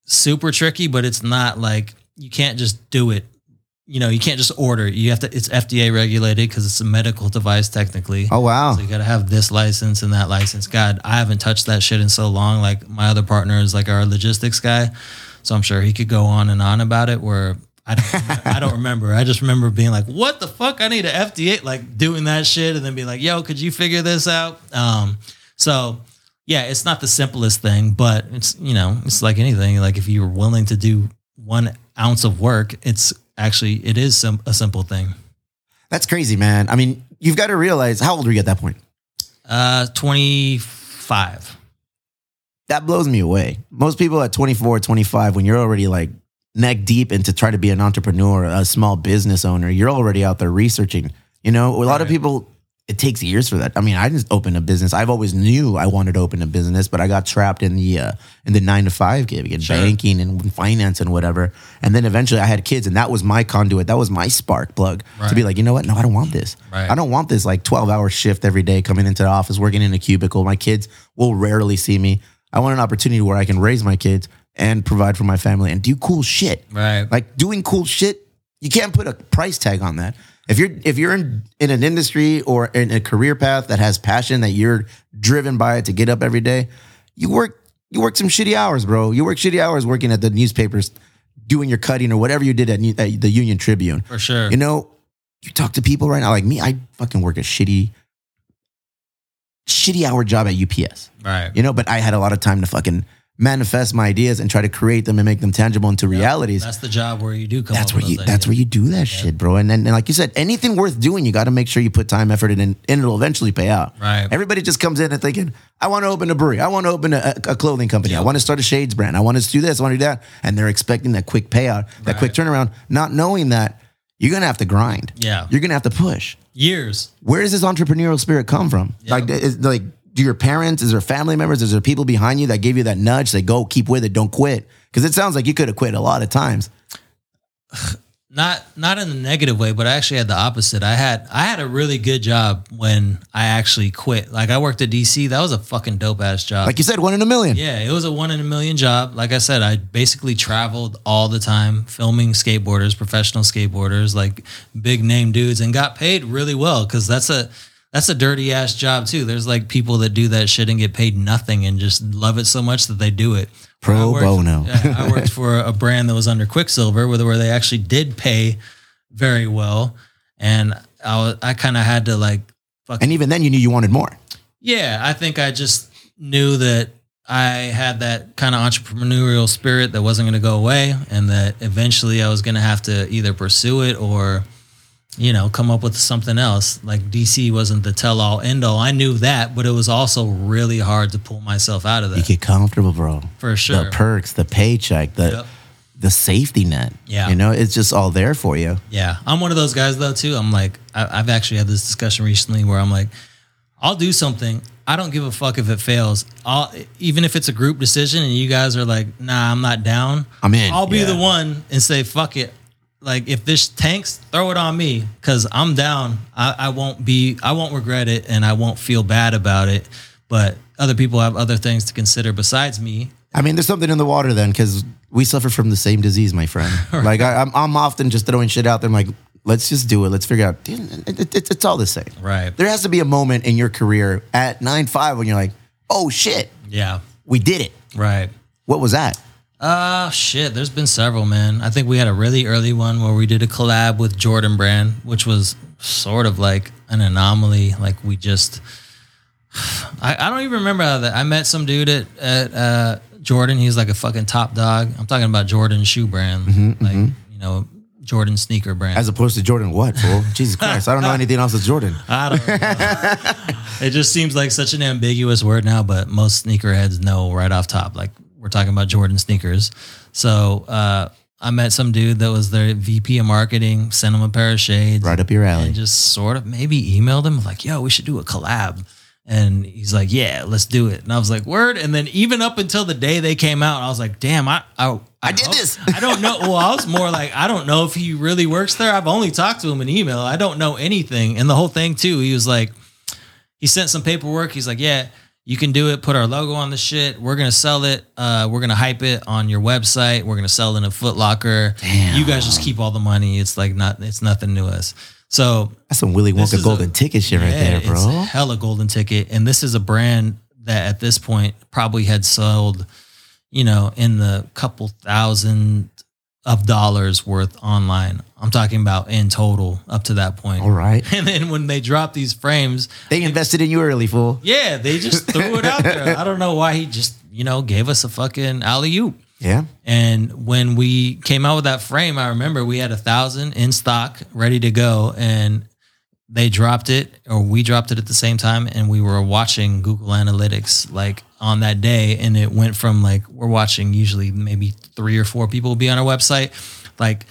[SPEAKER 3] super tricky, but it's not like you can't just do it. You know, you can't just order. it. You have to. It's FDA regulated because it's a medical device technically.
[SPEAKER 2] Oh, wow.
[SPEAKER 3] So you gotta have this license and that license. God, I haven't touched that shit in so long. Like my other partner is like our logistics guy, so I'm sure he could go on and on about it. Where I don't, I don't remember. I just remember being like, "What the fuck? I need an FDA." Like doing that shit, and then being like, "Yo, could you figure this out?" Um, so yeah, it's not the simplest thing, but it's you know, it's like anything. Like if you're willing to do one ounce of work, it's actually it is sim- a simple thing.
[SPEAKER 2] That's crazy, man. I mean, you've got to realize how old were you at that point?
[SPEAKER 3] Uh, twenty five.
[SPEAKER 2] that blows me away. Most people at 24, 25, when you're already like neck deep into trying to be an entrepreneur, a small business owner, you're already out there researching. You know, a lot of
[SPEAKER 3] Right.
[SPEAKER 2] people, it takes years for that. I mean, I just opened a business. I've always knew I wanted to open a business, but I got trapped in the uh, in the nine to five gig and
[SPEAKER 3] Sure.
[SPEAKER 2] banking and finance and whatever. And then eventually, I had kids, and that was my conduit. That was my spark plug to
[SPEAKER 3] Right.
[SPEAKER 2] be like, you know what? No, I don't want this.
[SPEAKER 3] Right.
[SPEAKER 2] I don't want this like 12 hour shift every day coming into the office, working in a cubicle. My kids will rarely see me. I want an opportunity where I can raise my kids and provide for my family and do cool shit.
[SPEAKER 3] Right.
[SPEAKER 2] Like doing cool shit, you can't put a price tag on that. If you're if you're in, in an industry or in a career path that has passion that you're driven by it to get up every day, you work you work some shitty hours, bro. You work shitty hours working at the newspapers, doing your cutting or whatever you did at, New- at the Union Tribune.
[SPEAKER 3] for sure.
[SPEAKER 2] You know, you talk to people right now like me. I fucking work a shitty, shitty hour job at UPS.
[SPEAKER 3] right.
[SPEAKER 2] You know, but I had a lot of time to fucking manifest my ideas and try to create them and make them tangible into realities.
[SPEAKER 3] That's the job where you do come.
[SPEAKER 2] That's
[SPEAKER 3] up
[SPEAKER 2] where
[SPEAKER 3] with
[SPEAKER 2] you.
[SPEAKER 3] those
[SPEAKER 2] That's
[SPEAKER 3] ideas.
[SPEAKER 2] where you do that shit, bro. And then, and like you said, anything worth doing, you got to make sure you put time, effort, in, and and it'll eventually pay out.
[SPEAKER 3] Right.
[SPEAKER 2] Everybody just comes in and thinking, I want to open a brewery. I want to open a, a clothing company. I want to start a shades brand. I want to do this. I want to do that. And they're expecting that quick payout, that quick turnaround, not knowing that you're going to have to grind.
[SPEAKER 3] Yeah.
[SPEAKER 2] You're going to have to push.
[SPEAKER 3] Years.
[SPEAKER 2] Where does this entrepreneurial spirit come from? Like, is, like, do your parents, is there family members, is there people behind you that gave you that nudge? Say, go, keep with it, don't quit. Because it sounds like you could have quit a lot of times.
[SPEAKER 3] Not not in a negative way, but I actually had the opposite. I had I had a really good job when I actually quit. Like I worked at DC. That was a fucking dope ass job.
[SPEAKER 2] Like you said, one in a million.
[SPEAKER 3] Yeah, it was a one in a million job. Like I said, I basically traveled all the time filming skateboarders, professional skateboarders, like big name dudes, and got paid really well because that's a that's a dirty ass job too. There's like people that do that shit and get paid nothing and just love it so much that they do it.
[SPEAKER 2] Pro
[SPEAKER 3] I worked-
[SPEAKER 2] bono.
[SPEAKER 3] yeah, I worked for a brand that was under Quicksilver, where where they actually did pay very well, and I was, I kind of had to like fucking
[SPEAKER 2] And even then, you knew you wanted more.
[SPEAKER 3] yeah, I think I just knew that I had that kind of entrepreneurial spirit that wasn't going to go away and that eventually I was going to have to either pursue it or you know, come up with something else. Like DC wasn't the tell all end all. I knew that, but it was also really hard to pull myself out of
[SPEAKER 2] You
[SPEAKER 3] that
[SPEAKER 2] get comfortable, bro.
[SPEAKER 3] for sure.
[SPEAKER 2] the perks, the paycheck, the
[SPEAKER 3] Yep.
[SPEAKER 2] the safety net.
[SPEAKER 3] Yeah.
[SPEAKER 2] you know, it's just all there for you.
[SPEAKER 3] Yeah, I'm one of those guys though too. I'm like, I, I've actually had this discussion recently where I'm like, I'll do something. I don't give a fuck if it fails. I'll, even if it's a group decision and you guys are like, nah, I'm not down.
[SPEAKER 2] I'm in,
[SPEAKER 3] I'll be
[SPEAKER 2] yeah.
[SPEAKER 3] the one and say, fuck it. Like if this tanks, throw it on me because I'm down. I, I won't be. I won't regret it and I won't feel bad about it. But other people have other things to consider besides me.
[SPEAKER 2] I mean, there's something in the water then, because we suffer from the same disease, my friend. Like I, I'm, I'm often just throwing shit out there. I'm like, let's just do it. Let's figure out. Dude, it- it- it's, it's all the same.
[SPEAKER 3] Right.
[SPEAKER 2] There has to be a moment in your career at nine five when you're like, oh shit,
[SPEAKER 3] Yeah.
[SPEAKER 2] we did it.
[SPEAKER 3] Right.
[SPEAKER 2] What was that?
[SPEAKER 3] Uh shit, there's been several, man. I think we had a really early one where we did a collab with Jordan Brand, which was sort of like an anomaly. Like we just I, I don't even remember how that I met some dude at, at uh Jordan. He's like a fucking top dog. I'm talking about Jordan shoe brand. like, you know, Jordan sneaker brand.
[SPEAKER 2] As opposed to Jordan, what? Fool? Jesus Christ, I don't know anything else that's Jordan.
[SPEAKER 3] I don't know. it just seems like such an ambiguous word now, but most sneakerheads know right off top. Like we're talking about Jordan sneakers. So uh, I met some dude that was their VP of marketing, sent him a pair of shades,
[SPEAKER 2] Right up your
[SPEAKER 3] and
[SPEAKER 2] alley.
[SPEAKER 3] just sort of maybe emailed him like, yo, we should do a collab. And he's like, yeah, let's do it. And I was like, word. And then even up until the day they came out, I was like, damn, I I, I
[SPEAKER 2] did
[SPEAKER 3] hope-
[SPEAKER 2] this.
[SPEAKER 3] Oh. I don't know. Well, I was more like, I don't know if he really works there. I've only talked to him in email. I don't know anything. And the whole thing too, he was like, he sent some paperwork. He's like, yeah, you can do it. Put our logo on the shit. We're gonna sell it. Uh, we're gonna hype it on your website. We're gonna sell it in a Foot Locker. You guys just keep all the money. It's like not. It's nothing to us. So
[SPEAKER 2] That's some Willy
[SPEAKER 3] This
[SPEAKER 2] Wonka
[SPEAKER 3] is
[SPEAKER 2] golden
[SPEAKER 3] a-
[SPEAKER 2] ticket shit right
[SPEAKER 3] yeah,
[SPEAKER 2] there, bro.
[SPEAKER 3] It's hella golden ticket. And this is a brand that at this point probably had sold, you know, in the couple thousand of dollars worth online. I'm talking about in total up to that point.
[SPEAKER 2] all right,
[SPEAKER 3] And then when they dropped these frames,
[SPEAKER 2] they invested in you early, fool.
[SPEAKER 3] yeah, they just threw it out there. I don't know why he just, you know, gave us a fucking alley oop.
[SPEAKER 2] Yeah.
[SPEAKER 3] And when we came out with that frame, I remember we had a thousand in stock, ready to go, and they dropped it, or we dropped it at the same time, and we were watching Google Analytics like on that day, and it went from like we're watching usually maybe three or four people be on our website, like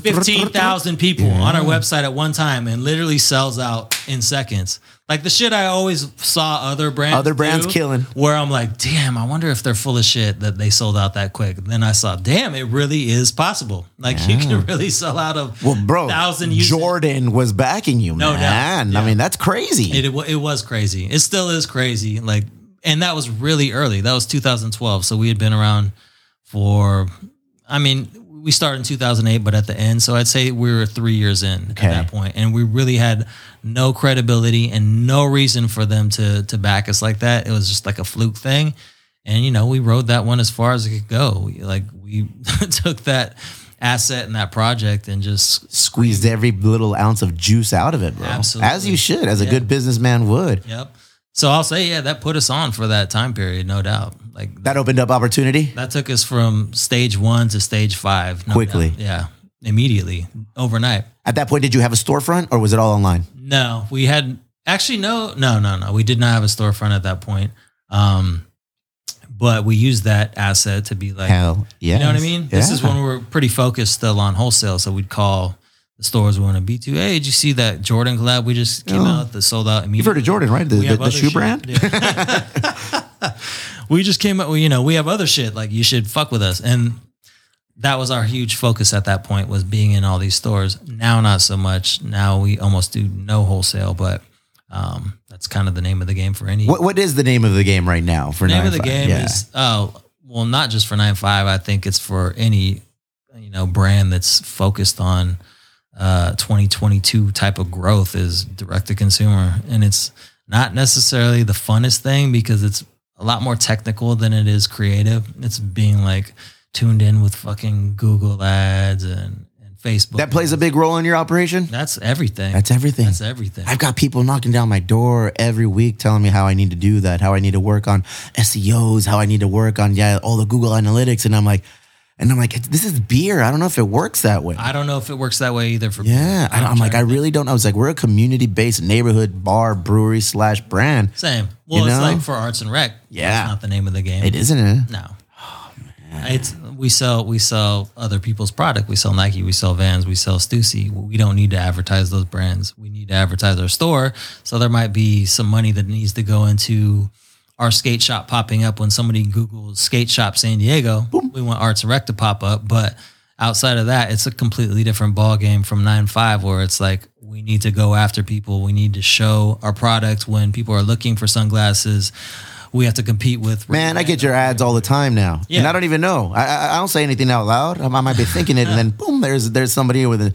[SPEAKER 3] fifteen thousand people on our website at one time, and literally sells out in seconds. Like the shit I always saw other brands,
[SPEAKER 2] Other brands
[SPEAKER 3] do,
[SPEAKER 2] killing.
[SPEAKER 3] Where I'm like, damn, I wonder if they're full of shit that they sold out that quick. Then I saw, damn, it really is possible. Like you can really sell out of
[SPEAKER 2] Well, bro,
[SPEAKER 3] thousand uses.
[SPEAKER 2] Jordan was backing you,
[SPEAKER 3] No doubt.
[SPEAKER 2] man. I
[SPEAKER 3] Yeah.
[SPEAKER 2] mean, that's crazy.
[SPEAKER 3] It, it wa- it was crazy. It still is crazy. Like, and that was really early. That was 2012. So we had been around for, I mean, we started in 2008, but at the end, so I'd say we were three years in
[SPEAKER 2] Okay.
[SPEAKER 3] at that point, and we really had no credibility and no reason for them to to back us like that. It was just like a fluke thing, and you know, we rode that one as far as it could go. We- Like we took that asset and that project and just
[SPEAKER 2] Squeezed every little ounce of juice out of it, bro.
[SPEAKER 3] Absolutely.
[SPEAKER 2] As you should, as a good businessman would.
[SPEAKER 3] Yep. So I'll say, yeah, that put us on for that time period, no doubt. Like that,
[SPEAKER 2] That opened up opportunity.
[SPEAKER 3] took us from stage one to stage five no
[SPEAKER 2] Quickly.
[SPEAKER 3] doubt. Yeah, immediately, overnight.
[SPEAKER 2] At that point, did you have a storefront or was it all online?
[SPEAKER 3] No, we had actually no, no, no, no. We did not have a storefront at that point. Um, but we used that asset to be like,
[SPEAKER 2] Hell yeah.
[SPEAKER 3] You know what I mean? This is when we were pretty focused still on wholesale. So we'd call the stores we want to be to. Hey, did you see that Jordan collab we just came
[SPEAKER 2] Oh.
[SPEAKER 3] out that sold out immediately?
[SPEAKER 2] You've heard of Jordan, right? The,
[SPEAKER 3] We
[SPEAKER 2] the,
[SPEAKER 3] have
[SPEAKER 2] the
[SPEAKER 3] other
[SPEAKER 2] shoe
[SPEAKER 3] shit.
[SPEAKER 2] brand?
[SPEAKER 3] Yeah. we just came up. well, You know, we have other shit. Like you should fuck with us, and that was our huge focus at that point was being in all these stores. Now, not so much. Now we almost do no wholesale, but um, that's kind of the name of the game for any
[SPEAKER 2] What, what is the name of the game right now for
[SPEAKER 3] name of
[SPEAKER 2] 9-5?
[SPEAKER 3] the game
[SPEAKER 2] Yeah.
[SPEAKER 3] is oh well not just for nine five i think it's for any you know brand that's focused on uh 2022 type of growth is direct to consumer and it's not necessarily the funnest thing because it's a lot more technical than it is creative it's being like tuned in with fucking google ads and, and facebook
[SPEAKER 2] that plays a big role in your operation.
[SPEAKER 3] that's everything
[SPEAKER 2] That's everything.
[SPEAKER 3] that's everything
[SPEAKER 2] I've got people knocking down my door every week telling me how I need to do that, how I need to work on SEOs, how I need to work on yeah, all the Google Analytics and I'm like and I'm like "It's- this is beer. I don't know if it works that way.
[SPEAKER 3] i don't know if it works that way either for
[SPEAKER 2] yeah, I, I'm like I really don't. I was like we're a community-based neighborhood bar brewery slash brand.
[SPEAKER 3] Same. Well,
[SPEAKER 2] You
[SPEAKER 3] it's
[SPEAKER 2] know?
[SPEAKER 3] like for arts and rec.
[SPEAKER 2] Yeah.
[SPEAKER 3] that's not the name of the game.
[SPEAKER 2] It isn't eh? it?
[SPEAKER 3] No. It's we sell we sell other people's product. We sell Nike, we sell Vans, we sell Stussy. We don't need to advertise those brands. We need to advertise our store. So there might be some money that needs to go into our skate shop popping up when somebody Googles skate shop San Diego. We want Arts and Rec to pop up, but outside of that, it's a completely different ball game from nine five, where it's like we need to go after people. We need to show our product when people are looking for sunglasses. We have to compete with
[SPEAKER 2] Man, I get your ads all the time now, and
[SPEAKER 3] Yeah.
[SPEAKER 2] I don't even know. I, I, I don't say anything out loud. I, I might be thinking it, and then boom, there's there's somebody with a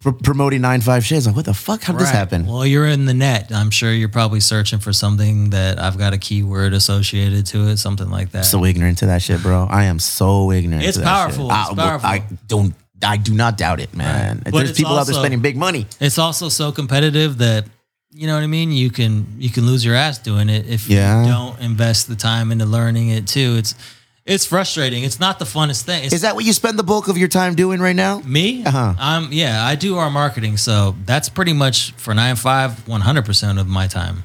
[SPEAKER 2] pr- promoting nine five shares. Like, what the fuck? How did this
[SPEAKER 3] Right.
[SPEAKER 2] happen?
[SPEAKER 3] Well, you're in the net. I'm sure you're probably searching for something that I've got a keyword associated to it, something like that.
[SPEAKER 2] so ignorant to that shit, bro. I am so ignorant.
[SPEAKER 3] It's
[SPEAKER 2] to that shit.
[SPEAKER 3] powerful. It's
[SPEAKER 2] I, well, I
[SPEAKER 3] powerful.
[SPEAKER 2] don't. I do not doubt it, man.
[SPEAKER 3] But
[SPEAKER 2] There's
[SPEAKER 3] it's
[SPEAKER 2] people out there
[SPEAKER 3] also-
[SPEAKER 2] spending big money.
[SPEAKER 3] it's also so competitive that you know what I mean. You can you can lose your ass doing it if
[SPEAKER 2] Yeah.
[SPEAKER 3] you don't invest the time into learning it too. It's it's frustrating. It's not the funnest thing. It's
[SPEAKER 2] Is that what you spend the bulk of your time doing right now?
[SPEAKER 3] me?
[SPEAKER 2] Uh-huh.
[SPEAKER 3] Um, yeah, I do our marketing, so that's pretty much for nine five, one hundred percent of my time.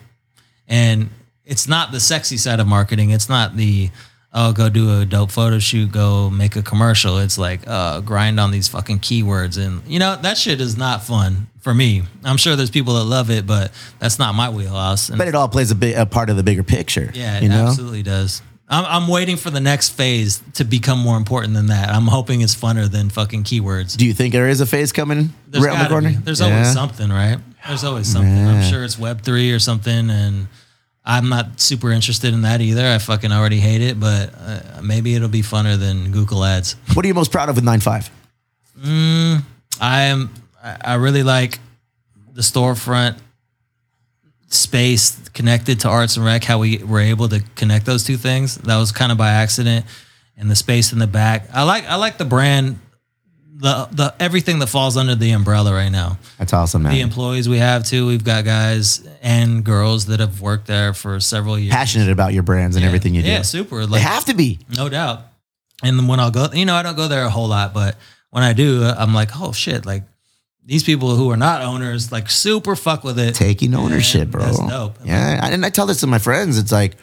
[SPEAKER 3] And it's not the sexy side of marketing. It's not the oh go do a dope photo shoot, go make a commercial. It's like uh, grind on these fucking keywords, and you know that shit is not fun for me. I'm sure there's people that love it, but that's not my wheelhouse. And
[SPEAKER 2] But it all plays a, big, a part of the bigger picture.
[SPEAKER 3] yeah, it
[SPEAKER 2] you know.
[SPEAKER 3] absolutely does. I'm, I'm waiting for the next phase to become more important than that. I'm hoping it's funner than fucking keywords.
[SPEAKER 2] Do you think there is a phase coming
[SPEAKER 3] There's
[SPEAKER 2] around the
[SPEAKER 3] gotta
[SPEAKER 2] corner?
[SPEAKER 3] be. There's
[SPEAKER 2] Yeah.
[SPEAKER 3] always something, right? There's always something. I'm sure it's Web three or something, and I'm not super interested in that either. I fucking already hate it, but uh, maybe it'll be funner than Google Ads.
[SPEAKER 2] What are you most proud of with nine five?
[SPEAKER 3] I am. I I really like the storefront space connected to arts and rec. How we were able to connect those two things. That was kind of by accident, and the space in the back. I like. I like the brand. The, the everything that falls under the umbrella right now.
[SPEAKER 2] That's awesome, man.
[SPEAKER 3] the employees we have too. We've got guys and girls that have worked there for several years.
[SPEAKER 2] passionate about your brands and everything you do.
[SPEAKER 3] Yeah, super.
[SPEAKER 2] They
[SPEAKER 3] Like
[SPEAKER 2] have to be.
[SPEAKER 3] no doubt. And then when I'll go, you know, I don't go there a whole lot, but when I do, I'm like, oh shit, like these people who are not owners, like super fuck with it.
[SPEAKER 2] Taking ownership, bro.
[SPEAKER 3] that's dope.
[SPEAKER 2] Yeah. And I tell this to my friends. It's like,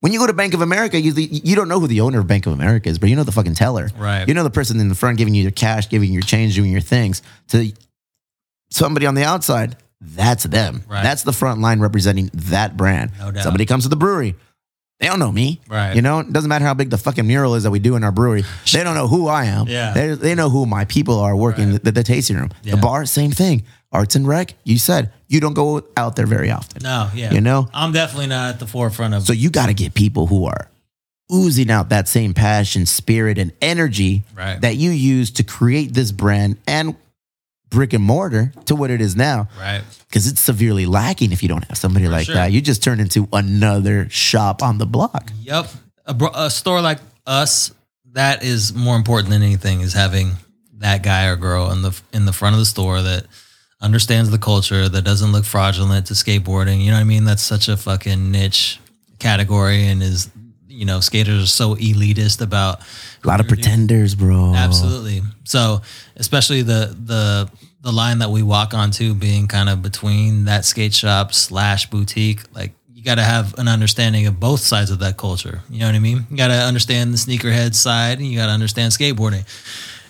[SPEAKER 2] When you go to Bank of America, you, you don't know who the owner of Bank of America is, but you know the fucking teller.
[SPEAKER 3] Right.
[SPEAKER 2] You know the person in the front giving you your cash, giving your change, doing your things. To somebody on the outside, that's them.
[SPEAKER 3] Right.
[SPEAKER 2] That's the front line representing that brand.
[SPEAKER 3] No doubt.
[SPEAKER 2] Somebody comes to the brewery. They don't know me.
[SPEAKER 3] Right.
[SPEAKER 2] You know, it doesn't matter how big the fucking mural is that we do in our brewery. They don't know who I am.
[SPEAKER 3] Yeah.
[SPEAKER 2] They, they know who my people are working the, the tasting room.
[SPEAKER 3] Yeah.
[SPEAKER 2] The bar, same thing. Arts and rec, you said you don't go out there very often.
[SPEAKER 3] No, yeah.
[SPEAKER 2] You know?
[SPEAKER 3] I'm definitely not at the forefront of
[SPEAKER 2] So you got to get people who are oozing out that same passion, spirit, and energy
[SPEAKER 3] Right.
[SPEAKER 2] that you use to create this brand and brick and mortar to what it is now.
[SPEAKER 3] right.
[SPEAKER 2] Because it's severely lacking if you don't have somebody like
[SPEAKER 3] sure.
[SPEAKER 2] that. You just turn into another shop on the block.
[SPEAKER 3] Yep. A, bro- a store like us that is more important than anything is having that guy or girl in the in the front of the store that understands the culture that doesn't look fraudulent to skateboarding. You know what I mean? That's such a fucking niche category and is you know skaters are so elitist about
[SPEAKER 2] A lot of pretenders, bro.
[SPEAKER 3] Absolutely. So, especially the the the line that we walk onto being kind of between that skate shop slash boutique, like you got to have an understanding of both sides of that culture. You know what I mean? You got to understand the sneakerhead side, and you got to understand skateboarding.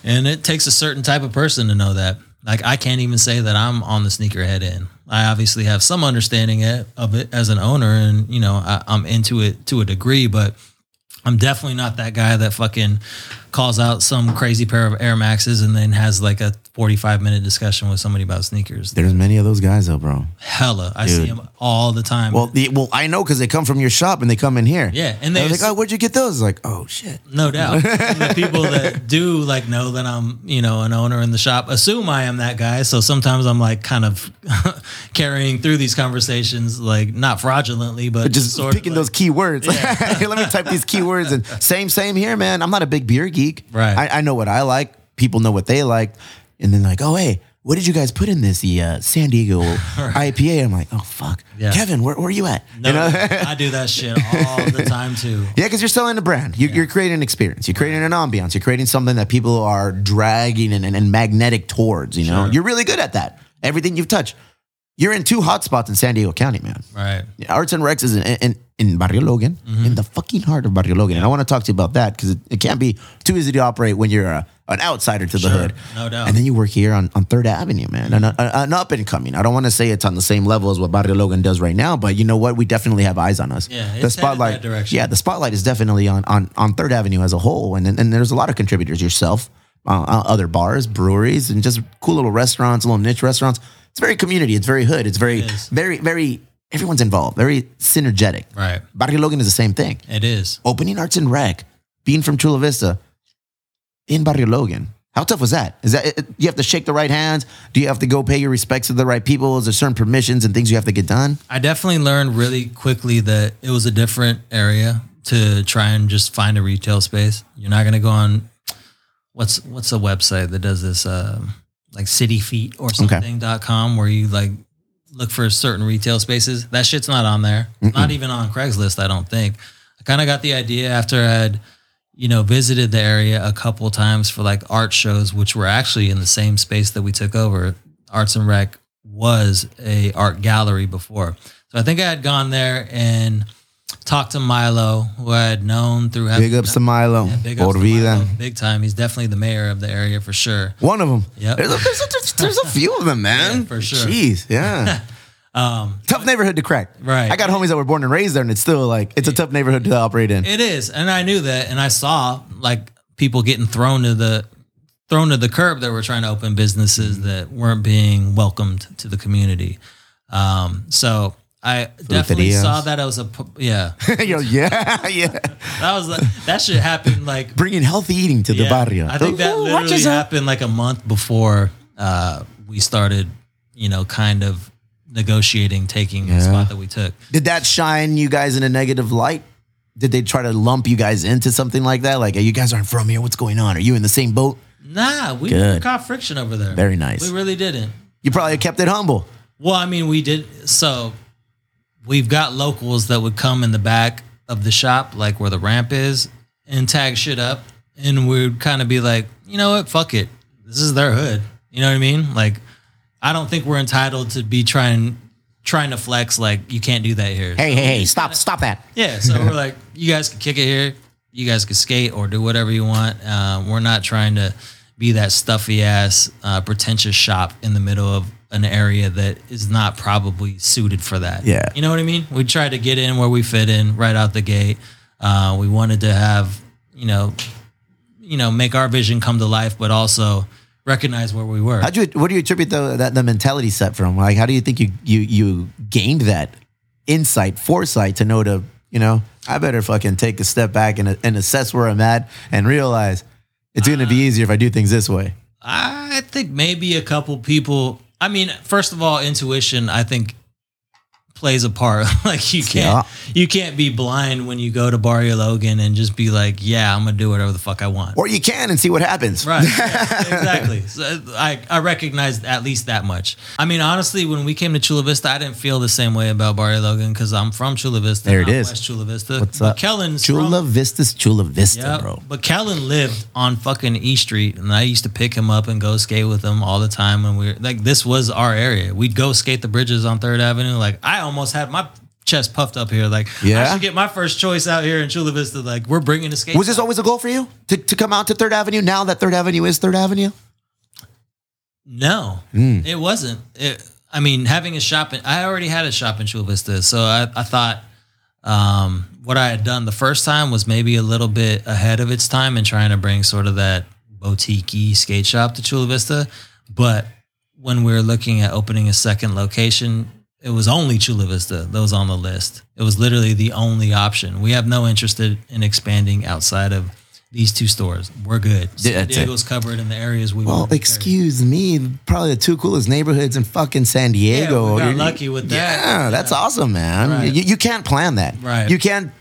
[SPEAKER 3] And it takes a certain type of person to know that. Like I can't even say that I'm on the sneakerhead end. I obviously have some understanding it- of it as an owner, and you know I, I'm into it to a degree, but I'm definitely not that guy that fucking calls out some crazy pair of Air Maxes and then has like a 45 minute discussion with somebody about sneakers.
[SPEAKER 2] There's many of those guys, though, bro.
[SPEAKER 3] Hella, I see them all the time.
[SPEAKER 2] Well, the, well, I know because they come from your shop and they come in here.
[SPEAKER 3] Yeah, and
[SPEAKER 2] and
[SPEAKER 3] they-
[SPEAKER 2] they're like, "Oh, where'd you get those?" Like, "Oh shit."
[SPEAKER 3] no doubt. And the people that do like know that I'm, you know, an owner in the shop assume I am that guy. So sometimes I'm like kind of carrying through these conversations, like not fraudulently, but,
[SPEAKER 2] Just
[SPEAKER 3] sort of
[SPEAKER 2] picking
[SPEAKER 3] like-
[SPEAKER 2] those keywords. Let me type these keywords and same, same here, man. I'm not a big beer geek.
[SPEAKER 3] Right.
[SPEAKER 2] I, I know what I like. People know what they like. And then like, oh hey, what did you guys put in this? The uh, San Diego IPA. I'm like, oh fuck,
[SPEAKER 3] Yeah.
[SPEAKER 2] Kevin, where, where are you at?
[SPEAKER 3] No,
[SPEAKER 2] You know?
[SPEAKER 3] I do that shit all the time too.
[SPEAKER 2] Yeah, because you're selling a brand. You, You're creating an experience. You're creating an ambiance. You're creating something that people are dragging and, and, and magnetic towards. You know,
[SPEAKER 3] Sure.
[SPEAKER 2] you're really good at that. Everything you've touched. You're in two hot spots in San Diego County, man.
[SPEAKER 3] Right.
[SPEAKER 2] Arts and Rex is in, in, in Barrio Logan,
[SPEAKER 3] Mm-hmm.
[SPEAKER 2] in the fucking heart of Barrio Logan. And I want to talk to you about that because it, it can't be too easy to operate when you're a, an outsider to the
[SPEAKER 3] Sure.
[SPEAKER 2] hood.
[SPEAKER 3] No doubt.
[SPEAKER 2] And then you work here on, on Third Avenue, man, an, an, an up and coming. I don't want to say it's on the same level as what Barrio Logan does right now, but you know what? We definitely have eyes on us.
[SPEAKER 3] Yeah, it's
[SPEAKER 2] the
[SPEAKER 3] headed
[SPEAKER 2] spotlight.
[SPEAKER 3] that direction.
[SPEAKER 2] Yeah, the spotlight is definitely on on, on Third Avenue as a whole, and and there's a lot of contributors yourself, uh, uh, other bars, breweries, and just cool little restaurants, little niche restaurants. It's very community. It's very hood. It's very
[SPEAKER 3] is.
[SPEAKER 2] very very everyone's involved. Very synergetic.
[SPEAKER 3] Right.
[SPEAKER 2] Barrio Logan is the same thing.
[SPEAKER 3] It is.
[SPEAKER 2] Opening Arts and Rec, being from Chula Vista, in Barrio Logan. How tough was that? Is that it- it- you have to shake the right hands? Do you have to go pay your respects to the right people? Is there certain permissions and things you have to get done?
[SPEAKER 3] I definitely learned really quickly that it was a different area to try and just find a retail space. You're not going to go on what's what's a website that does this um like City Feet or something dot com where you like look for certain retail spaces. That shit's not on there. Not even on Craigslist, I don't think. I kind of got the idea after I had you know visited the area a couple times for like art shows which were actually in the same space that we took over. Arts and Rec was a art gallery before. So I think I had gone there and talked to Milo, who I had known through having
[SPEAKER 2] Big ups to Milo.
[SPEAKER 3] yeah, big
[SPEAKER 2] Por
[SPEAKER 3] ups to
[SPEAKER 2] vida.
[SPEAKER 3] Milo, big time. He's definitely the mayor of the area for sure.
[SPEAKER 2] One of them.
[SPEAKER 3] Yep.
[SPEAKER 2] There's a, there's, a, there's, there's a few of them, man.
[SPEAKER 3] Yeah, for sure.
[SPEAKER 2] Jeez, yeah.
[SPEAKER 3] Um,
[SPEAKER 2] tough neighborhood to crack.
[SPEAKER 3] Right.
[SPEAKER 2] I got homies that were born and raised there, and it's still like it's a tough neighborhood to operate in.
[SPEAKER 3] it is, and I knew that, and I saw like people getting thrown to the thrown to the curb that were trying to open businesses
[SPEAKER 2] Mm-hmm.
[SPEAKER 3] that weren't being welcomed to the community. Um, so I definitely
[SPEAKER 2] Fruterias.
[SPEAKER 3] saw that as a p- yeah.
[SPEAKER 2] Yo, yeah, yeah.
[SPEAKER 3] That was like, that shit happened like
[SPEAKER 2] Bringing healthy eating to the
[SPEAKER 3] Yeah.
[SPEAKER 2] barrio.
[SPEAKER 3] I think that
[SPEAKER 2] Ooh, watch
[SPEAKER 3] literally
[SPEAKER 2] yourself.
[SPEAKER 3] happened like a month before uh, we started, you know, kind of negotiating taking the spot that we took.
[SPEAKER 2] Did that shine you guys in a negative light? Did they try to lump you guys into something like that? Like, you guys aren't from here. What's going on? Are you in the same boat?
[SPEAKER 3] Nah, we
[SPEAKER 2] Good.
[SPEAKER 3] never caught friction over there.
[SPEAKER 2] Very nice.
[SPEAKER 3] We really didn't.
[SPEAKER 2] You probably kept it humble.
[SPEAKER 3] Well, I mean, we did. So we've got locals that would come in the back of the shop, like where the ramp is, and tag shit up. And we'd kind of be like, you know what? Fuck it. This is their hood. You know what I mean? Like, I don't think we're entitled to be trying trying to flex like you can't do that here.
[SPEAKER 2] Hey, hey, hey! Stop, stop that!
[SPEAKER 3] Yeah, so we're like, you guys can kick it here. You guys can skate or do whatever you want. Uh, we're not trying to be that stuffy ass, uh, pretentious shop in the middle of an area that is not probably suited for that.
[SPEAKER 2] Yeah.
[SPEAKER 3] You know what I mean? We tried to get in where we fit in right out the gate. Uh, we wanted to have, you know, you know, make our vision come to life, but also recognize where we were.
[SPEAKER 2] How do you? What do you attribute the that the mentality set from? Like, how do you think you you you gained that insight, foresight to know to you know? I better fucking take a step back and and assess where I'm at and realize it's going to be easier if I do things this way.
[SPEAKER 3] I think maybe a couple people. I mean, first of all, intuition I think plays a part. like you can't you can't be blind when you go to Barrio Logan and just be like, yeah, I'm gonna do whatever the fuck I want.
[SPEAKER 2] Or you can and see what happens.
[SPEAKER 3] Right. Yeah, exactly. So I, I recognized at least that much. I mean, honestly, when we came to Chula Vista, I didn't feel the same way about Barrio Logan because I'm from Chula Vista.
[SPEAKER 2] There it
[SPEAKER 3] it
[SPEAKER 2] is.
[SPEAKER 3] is. West Chula Vista.
[SPEAKER 2] What's
[SPEAKER 3] But
[SPEAKER 2] up?
[SPEAKER 3] Kellen's from-
[SPEAKER 2] Chula Vista's Chula Vista,
[SPEAKER 3] yeah,
[SPEAKER 2] bro.
[SPEAKER 3] But Callan lived on fucking E Street, and I used to pick him up and go skate with him all the time. When we were like, this was our area. We'd go skate the bridges on Third Avenue. Like, I almost had my chest puffed up here. Like,
[SPEAKER 2] Yeah?
[SPEAKER 3] I should get my first choice out here in Chula Vista. Like, we're bringing a skate.
[SPEAKER 2] Was this always a goal for you to, to come out to Third Avenue now that Third Avenue is Third Avenue?
[SPEAKER 3] No,
[SPEAKER 2] Mm.
[SPEAKER 3] it wasn't. It, I mean, having a shop, in, I already had a shop in Chula Vista, so I, I thought um, what I had done the first time was maybe a little bit ahead of its time and trying to bring sort of that boutique skate shop to Chula Vista. But when we were looking at opening a second location, it was only Chula Vista that was on the list. It was literally the only option. We have no interest in in expanding outside of these two stores. We're good.
[SPEAKER 2] Yeah,
[SPEAKER 3] San
[SPEAKER 2] that's it.
[SPEAKER 3] Diego's covered in the areas we
[SPEAKER 2] Well,
[SPEAKER 3] wanted to carry.
[SPEAKER 2] excuse me, probably the two coolest neighborhoods in fucking San Diego.
[SPEAKER 3] Yeah, we got
[SPEAKER 2] You're-
[SPEAKER 3] lucky with that.
[SPEAKER 2] Yeah, that's awesome, man.
[SPEAKER 3] Right.
[SPEAKER 2] You, you can't plan that.
[SPEAKER 3] Right.
[SPEAKER 2] You can't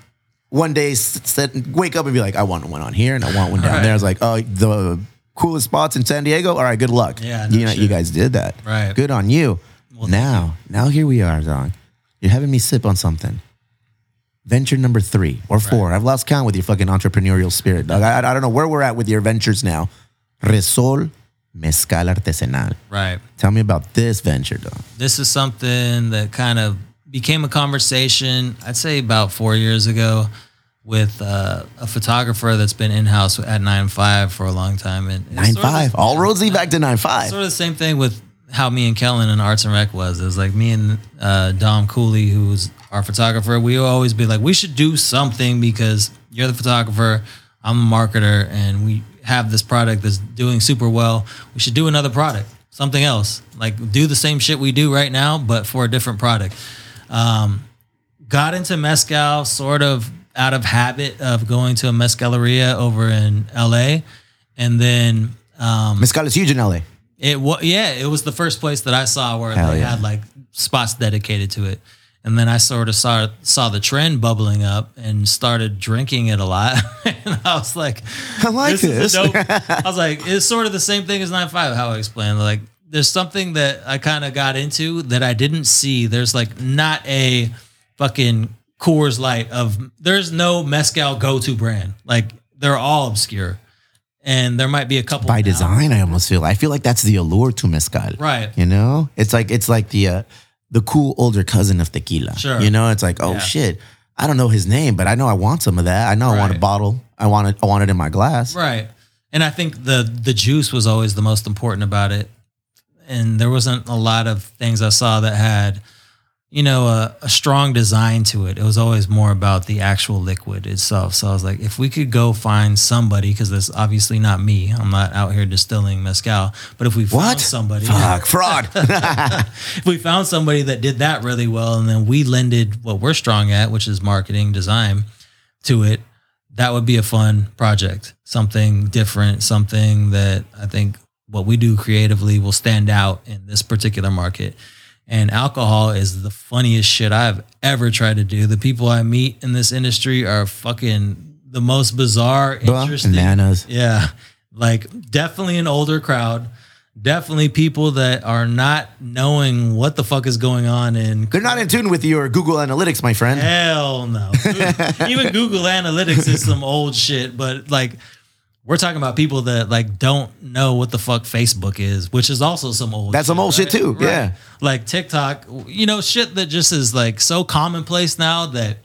[SPEAKER 2] one day s- sit, wake up and be like, I want one on here and I want one down
[SPEAKER 3] Right.
[SPEAKER 2] there. It's like, oh, the coolest spots in San Diego. All right, good luck.
[SPEAKER 3] Yeah, no
[SPEAKER 2] you know, you
[SPEAKER 3] shit.
[SPEAKER 2] guys did that.
[SPEAKER 3] Right.
[SPEAKER 2] Good on you. now, now here we are, Don. You're having me sip on something. Venture number three or four. I've lost count with your fucking entrepreneurial spirit, dog. I, I don't know where we're at with your ventures now. Resol Mezcal Artesanal.
[SPEAKER 3] Right.
[SPEAKER 2] Tell me about this venture, dog.
[SPEAKER 3] This is something that kind of became a conversation, I'd say about four years ago, with uh, a photographer that's been in house at Nine Five for a long time. And it's
[SPEAKER 2] Nine
[SPEAKER 3] sort of the-
[SPEAKER 2] five. All roads lead back to nine five.
[SPEAKER 3] Sort of the same thing with how me and Kellen and Arts and Rec was. It was like me and uh, Dom Cooley, who's our photographer, we would always be like, we should do something because you're the photographer, I'm a marketer, and we have this product that's doing super well. We should do another product, something else. Like do the same shit we do right now, but for a different product Um, got into mezcal sort of out of habit of going to a mezcaleria over in LA, and then um,
[SPEAKER 2] Mezcal is huge in LA.
[SPEAKER 3] it was yeah, it was the first place that I saw where
[SPEAKER 2] Hell
[SPEAKER 3] they
[SPEAKER 2] yeah.
[SPEAKER 3] had like spots dedicated to it, and then I sort of saw saw the trend bubbling up and started drinking it a lot, and I was like,
[SPEAKER 2] I like
[SPEAKER 3] is
[SPEAKER 2] this.
[SPEAKER 3] dope. I was like, it's sort of the same thing as Nine Five. How I explained, like, there's something that I kind of got into that I didn't see. There's like not a fucking Coors Light of. There's no mezcal go-to brand. Like they're all obscure, and there might be a couple
[SPEAKER 2] By
[SPEAKER 3] now.
[SPEAKER 2] design, I almost feel. I feel like that's the allure to mezcal.
[SPEAKER 3] Right.
[SPEAKER 2] You know, it's like it's like the uh, the cool older cousin of tequila.
[SPEAKER 3] Sure.
[SPEAKER 2] You know, it's like oh
[SPEAKER 3] Yeah.
[SPEAKER 2] shit, I don't know his name, but I know I want some of that. I know I want a
[SPEAKER 3] Right.
[SPEAKER 2] bottle. I want it. I want it in my glass.
[SPEAKER 3] Right. And I think the the juice was always the most important about it. And there wasn't a lot of things I saw that had, you know, a, a strong design to it. It was always more about the actual liquid itself. So I was like, if we could go find somebody, because that's obviously not me. I'm not out here distilling mezcal. But if we
[SPEAKER 2] What?
[SPEAKER 3] found somebody,
[SPEAKER 2] Fuck fraud.
[SPEAKER 3] if we found somebody that did that really well, and then we lended what we're strong at, which is marketing design, to it, that would be a fun project. Something different, something that I think what we do creatively will stand out in this particular market. And alcohol is the funniest shit I've ever tried to do. The people I meet in this industry are fucking the most bizarre, interesting,
[SPEAKER 2] Bananas.
[SPEAKER 3] yeah. Like definitely an older crowd. Definitely people that are not knowing what the fuck is going on in
[SPEAKER 2] They're not in tune with your Google Analytics, my friend.
[SPEAKER 3] hell no. Even Google Analytics is some old shit, but like We're talking about people that like don't know what the fuck Facebook is, which is also some old.
[SPEAKER 4] That's some old shit too. Yeah.
[SPEAKER 3] Like TikTok, you know, shit that just is like so commonplace now that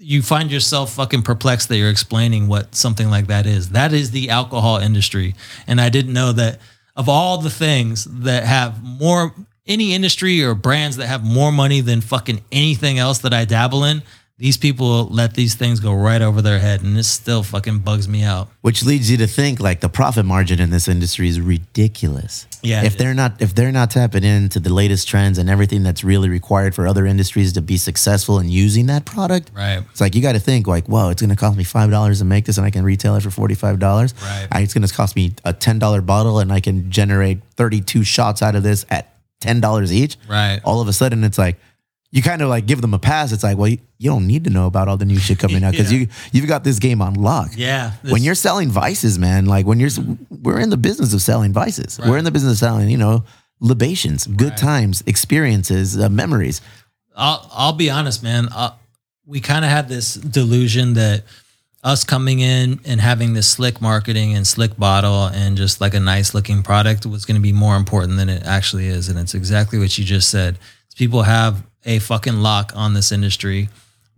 [SPEAKER 3] you find yourself fucking perplexed that you're explaining what something like that is. That is the alcohol industry. And I didn't know that of all the things that have more any industry or brands that have more money than fucking anything else that I dabble in, these people let these things go right over their head and it still fucking bugs me out.
[SPEAKER 2] which leads you to think like the profit margin in this industry is ridiculous.
[SPEAKER 3] Yeah, it
[SPEAKER 2] If they're not if they're not tapping into the latest trends and everything that's really required for other industries to be successful in using that product,
[SPEAKER 3] Right.
[SPEAKER 2] It's like you got to think like, whoa, it's going to cost me five dollars to make this, and I can retail it for forty five dollars.
[SPEAKER 3] Right.
[SPEAKER 2] It's going to cost me a ten dollar bottle, and I can generate thirty two shots out of this at ten dollars each.
[SPEAKER 3] Right.
[SPEAKER 2] All of a sudden, it's like you kind of like give them a pass. It's like, well, you, you don't need to know about all the new shit coming out because
[SPEAKER 3] Yeah.
[SPEAKER 2] you you've got this game on lock
[SPEAKER 3] Yeah.
[SPEAKER 2] when you're selling vices, man, like when you're, we're in the business of selling vices. We're
[SPEAKER 3] Right.
[SPEAKER 2] in the business of selling, you know, libations, good times, experiences, uh, memories.
[SPEAKER 3] I'll I'll be honest, man. Uh, we kind of had this delusion that us coming in and having this slick marketing and slick bottle and just like a nice looking product was going to be more important than it actually is, and it's exactly what you just said. People have a fucking lock on this industry.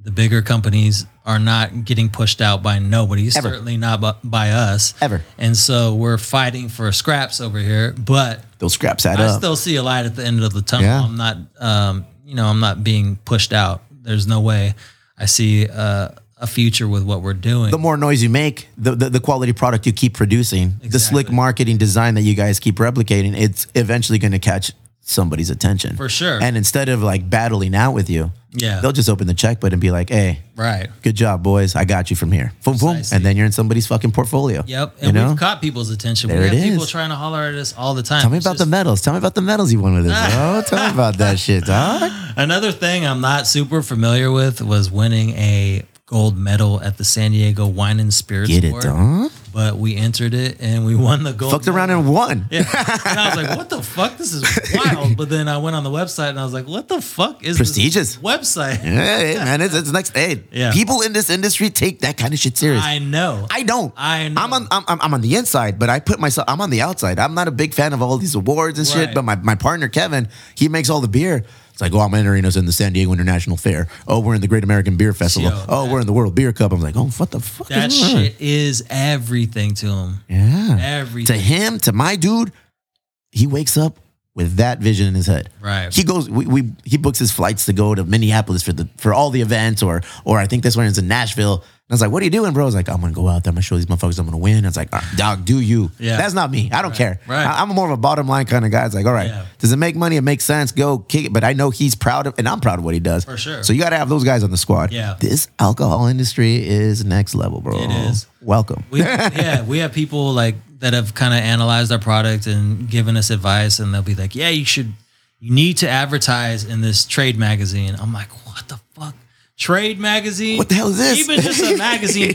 [SPEAKER 3] The bigger companies are not getting pushed out by nobody, certainly not by, by us.
[SPEAKER 2] Ever.
[SPEAKER 3] And so we're fighting for scraps over here, but
[SPEAKER 2] Those scraps add
[SPEAKER 3] I
[SPEAKER 2] up.
[SPEAKER 3] still see a light at the end of the tunnel.
[SPEAKER 2] Yeah.
[SPEAKER 3] I'm not, um, you know, I'm not being pushed out. There's no way. I see uh, a future with what we're doing.
[SPEAKER 2] the more noise you make, the, the, the quality product you keep producing, the slick marketing design that you guys keep replicating, it's eventually going to catch somebody's attention.
[SPEAKER 3] For sure.
[SPEAKER 2] And instead of like battling out with you,
[SPEAKER 3] Yeah.
[SPEAKER 2] they'll just open the checkbook and be like, hey,
[SPEAKER 3] right.
[SPEAKER 2] good job, boys. I got you from here. Boom, boom.
[SPEAKER 3] Precisely.
[SPEAKER 2] And then you're in somebody's fucking portfolio.
[SPEAKER 3] Yep.
[SPEAKER 2] You
[SPEAKER 3] And
[SPEAKER 2] know?
[SPEAKER 3] we've caught people's attention.
[SPEAKER 2] There
[SPEAKER 3] we
[SPEAKER 2] it
[SPEAKER 3] have people
[SPEAKER 2] is.
[SPEAKER 3] trying to holler at us all the time.
[SPEAKER 2] Tell me
[SPEAKER 3] It's
[SPEAKER 2] about the
[SPEAKER 3] just-
[SPEAKER 2] medals. Tell me about the medals you won with us, bro. Tell me about that shit, dog.
[SPEAKER 3] Another thing I'm not super familiar with was winning a gold medal at the San Diego Wine and Spirits
[SPEAKER 2] Get it,
[SPEAKER 3] Award,
[SPEAKER 2] dog.
[SPEAKER 3] But we entered it and we won the gold.
[SPEAKER 2] Fucked
[SPEAKER 3] medal.
[SPEAKER 2] around and won.
[SPEAKER 3] Yeah. And I was like, what the fuck? This is wild. But then I went on the website and I was like, what the fuck is this
[SPEAKER 2] Prestigious.
[SPEAKER 3] website?
[SPEAKER 2] Hey, man, it's, it's next. Hey,
[SPEAKER 3] Yeah.
[SPEAKER 2] people in this industry take that kind of shit serious. I,
[SPEAKER 3] I know.
[SPEAKER 2] don't.
[SPEAKER 3] I know.
[SPEAKER 2] I'm on. I'm, I'm I'm on the inside, but I put myself. I'm on the outside. I'm not a big fan of all these awards and shit.
[SPEAKER 3] Right.
[SPEAKER 2] But my, my partner Kevin, he makes all the beer. It's like, oh, I'm entering us in the San Diego International Fair. Oh, we're in the Great American Beer Festival.
[SPEAKER 3] Yo,
[SPEAKER 2] oh, we're in the World Beer Cup. I'm like, oh, what the fuck?
[SPEAKER 3] that
[SPEAKER 2] is going on?
[SPEAKER 3] shit is everything to him.
[SPEAKER 2] Yeah. to
[SPEAKER 3] Everything.
[SPEAKER 2] him, to my dude, he wakes up with that vision in his head.
[SPEAKER 3] Right.
[SPEAKER 2] He goes. We, we he books his flights to go to Minneapolis for the for all the events, or or I think this one is in Nashville. And I was like, "What are you doing, bro?" I was like, "I'm gonna go out there. I'm gonna show these motherfuckers. I'm gonna win." I was like, "Ah, "Dog, do you?"
[SPEAKER 3] Yeah.
[SPEAKER 2] That's not me. I don't care.
[SPEAKER 3] Right.
[SPEAKER 2] I, am more of a bottom line kind of guy. It's like, all right,
[SPEAKER 3] Yeah.
[SPEAKER 2] does it make money? It makes sense. Go kick it. But I know he's proud of, and I'm proud of what he does.
[SPEAKER 3] For sure.
[SPEAKER 2] So you got to have those guys on the squad.
[SPEAKER 3] Yeah.
[SPEAKER 2] This alcohol industry is next level, bro.
[SPEAKER 3] It is.
[SPEAKER 2] Welcome.
[SPEAKER 3] We, yeah, we have people like that have kind of analyzed our product and given us advice, and they'll be like, "Yeah, you should, you need to advertise in this trade magazine." I'm like, "What the fuck, trade magazine?
[SPEAKER 2] What the hell is this?"
[SPEAKER 3] Even just a magazine,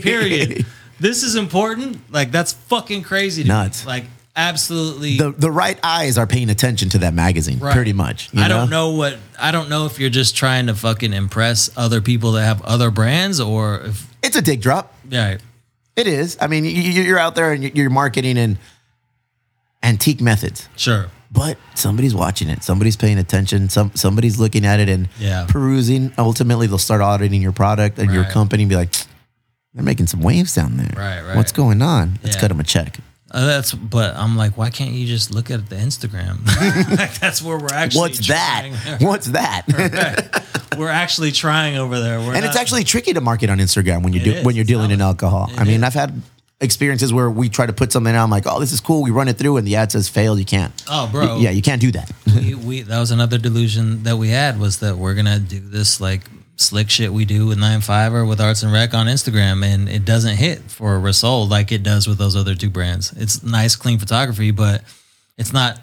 [SPEAKER 3] period. This is important. Like that's fucking crazy. To me.
[SPEAKER 2] Nuts.
[SPEAKER 3] Like absolutely.
[SPEAKER 2] the the right eyes are paying attention to that magazine,
[SPEAKER 3] Right.
[SPEAKER 2] pretty much. you
[SPEAKER 3] I don't know what I don't know if you're just trying to fucking impress other people that have other brands or if
[SPEAKER 2] It's a dig drop.
[SPEAKER 3] yeah.
[SPEAKER 2] It is. I mean, you, you- you're out there and you- you're marketing in antique methods,
[SPEAKER 3] Sure.
[SPEAKER 2] but somebody's watching it. Somebody's paying attention. Some somebody's looking at it and
[SPEAKER 3] Yeah.
[SPEAKER 2] perusing. Ultimately, they'll start auditing your product and your
[SPEAKER 3] Right.
[SPEAKER 2] company and be like, they're making some waves down there.
[SPEAKER 3] Right, right.
[SPEAKER 2] What's going on? Let's
[SPEAKER 3] Yeah.
[SPEAKER 2] cut them a check.
[SPEAKER 3] Uh, that's but I'm like, why can't you just look at the Instagram? like that's where we're actually.
[SPEAKER 2] What's that?
[SPEAKER 3] trying.
[SPEAKER 2] What's that?
[SPEAKER 3] we're actually trying over there. We're
[SPEAKER 2] and it's
[SPEAKER 3] not-
[SPEAKER 2] actually tricky to market on Instagram when you do
[SPEAKER 3] is.
[SPEAKER 2] when you're
[SPEAKER 3] It's
[SPEAKER 2] dealing in
[SPEAKER 3] not-
[SPEAKER 2] alcohol. I mean, I've had experiences where we try to put something out. I'm like, oh, this is cool. We run it through, and the ad says failed. You can't.
[SPEAKER 3] Oh, bro.
[SPEAKER 2] Yeah, you can't do that.
[SPEAKER 3] we, we that was another delusion that we had was that we're gonna do this like slick shit we do with Nine Five or with Arts and Rec on Instagram, and it doesn't hit for Resol like it does with those other two brands. It's nice, clean photography, but it's not.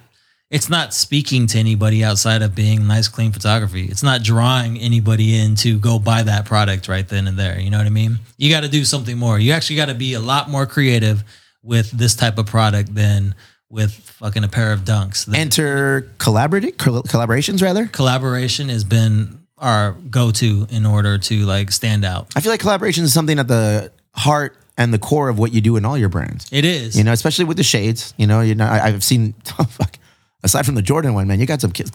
[SPEAKER 3] It's not speaking to anybody outside of being nice, clean photography. It's not drawing anybody in to go buy that product right then and there. You know what I mean? You got to do something more. You actually got to be a lot more creative with this type of product than with fucking a pair of dunks. that-
[SPEAKER 2] Enter collaborative col- collaborations rather.
[SPEAKER 3] collaboration has been our go-to in order to like stand out.
[SPEAKER 2] I feel like collaboration is something at the heart and the core of what you do in all your brands.
[SPEAKER 3] It is.
[SPEAKER 2] You know, especially with the shades. You know, you know, I, I've seen. Oh, fuck. Aside from the Jordan one, man, you got some kids.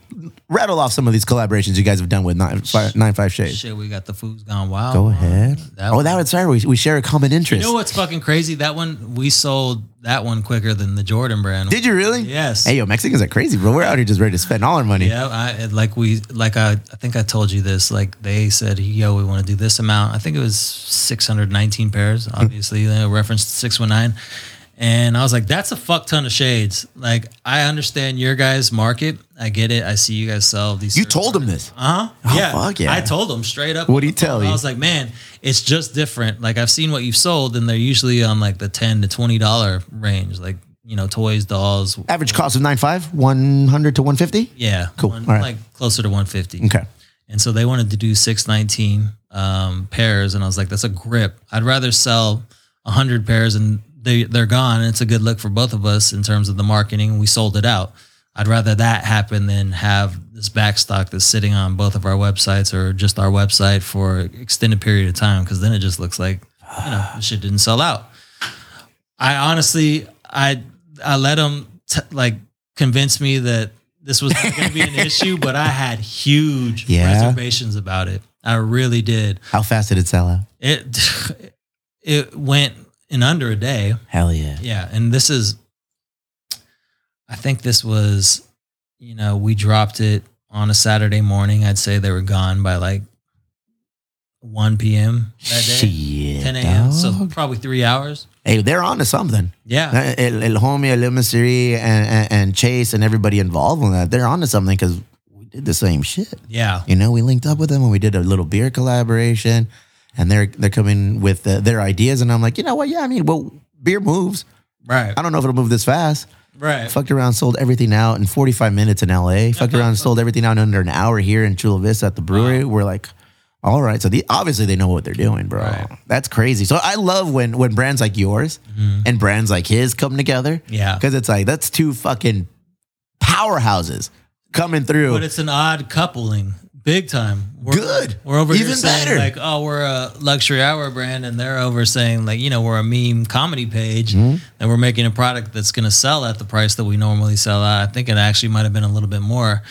[SPEAKER 2] Rattle off some of these collaborations you guys have done with Nine Five, nine, five Shades.
[SPEAKER 3] Shit, we got the food's gone wild.
[SPEAKER 2] Go ahead.
[SPEAKER 3] That
[SPEAKER 2] oh, that was sorry. We, we share a common interest.
[SPEAKER 3] You know what's fucking crazy? That one we sold that one quicker than the Jordan brand.
[SPEAKER 2] Did you really?
[SPEAKER 3] Yes.
[SPEAKER 2] Hey, yo, Mexicans are crazy, bro. We're out here just ready to spend all our money.
[SPEAKER 3] Yeah, I, like we like I, I think I told you this. Like they said, yo, we want to do this amount. I think it was six hundred nineteen
[SPEAKER 2] Hmm.
[SPEAKER 3] pairs. Obviously, they referenced six one nine, and I was like, that's a fuck ton of shades. Like I understand your guys' market. I get it. I see you guys sell these.
[SPEAKER 2] You told them this.
[SPEAKER 3] Uh huh. yeah.
[SPEAKER 2] Oh, fuck yeah.
[SPEAKER 3] I told them straight up.
[SPEAKER 2] What'd he tell you?
[SPEAKER 3] I was like, man, it's just different. Like I've seen what you've sold, and they're usually on like the ten to twenty dollar range. Like you know, toys, dolls.
[SPEAKER 2] Average cost of 9.5, 100 to 150.
[SPEAKER 3] Yeah.
[SPEAKER 2] Uh, Cool.
[SPEAKER 3] one-
[SPEAKER 2] All right.
[SPEAKER 3] Like closer to one fifty.
[SPEAKER 2] Okay.
[SPEAKER 3] And so they wanted to do 619 um, pairs. And I was like, that's a grip. I'd rather sell 100 pairs and they, they're gone. And it's a good look for both of us in terms of the marketing. We sold it out. I'd rather that happen than have this back stock that's sitting on both of our websites or just our website for extended period of time. Cause then it just looks like, you know, this shit didn't sell out. I honestly, I I let them t- like convince me that this was going to be an issue, but I had huge
[SPEAKER 2] Yeah.
[SPEAKER 3] reservations about it. I really did.
[SPEAKER 2] How fast did it sell out?
[SPEAKER 3] It it went in under a day.
[SPEAKER 2] Hell yeah.
[SPEAKER 3] Yeah, and this is, I think this was, you know, we dropped it on a Saturday morning. I'd say they were gone by like one p.m. that day,
[SPEAKER 2] Shit.
[SPEAKER 3] ten a.m. So
[SPEAKER 2] dog.
[SPEAKER 3] probably three hours.
[SPEAKER 2] hey, they're on to something.
[SPEAKER 3] Yeah,
[SPEAKER 2] Uh, El, El Homie, El Mystery, and, and, and Chase, and everybody involved in that, they're on to something because we did the same shit.
[SPEAKER 3] yeah.
[SPEAKER 2] You know, we linked up with them and we did a little beer collaboration, and they're they're coming with uh, their ideas, and I'm like, you know what? Yeah, I mean, well, beer moves.
[SPEAKER 3] Right.
[SPEAKER 2] I don't know if it'll move this fast.
[SPEAKER 3] Right.
[SPEAKER 2] Fucked around, sold everything out in 45 minutes in LA. Fucked
[SPEAKER 3] Uh-huh.
[SPEAKER 2] around, sold everything out in under an hour here in Chula Vista at the brewery. We're like, all right. So the, obviously they know what they're doing, bro.
[SPEAKER 3] Right.
[SPEAKER 2] That's crazy. So I love when when brands like yours and brands like his come together.
[SPEAKER 3] Mm-hmm. Yeah.
[SPEAKER 2] Because it's like that's two fucking powerhouses coming through.
[SPEAKER 3] But it's an odd coupling, big time. We're,
[SPEAKER 2] Good.
[SPEAKER 3] We're over
[SPEAKER 2] Even
[SPEAKER 3] here saying
[SPEAKER 2] better.
[SPEAKER 3] like, oh, we're a luxury hour brand, and they're over saying like, you know, we're a meme comedy page,
[SPEAKER 2] Mm-hmm.
[SPEAKER 3] and we're making a product that's going to sell at the price that we normally sell at. I think it actually might have been a little bit more.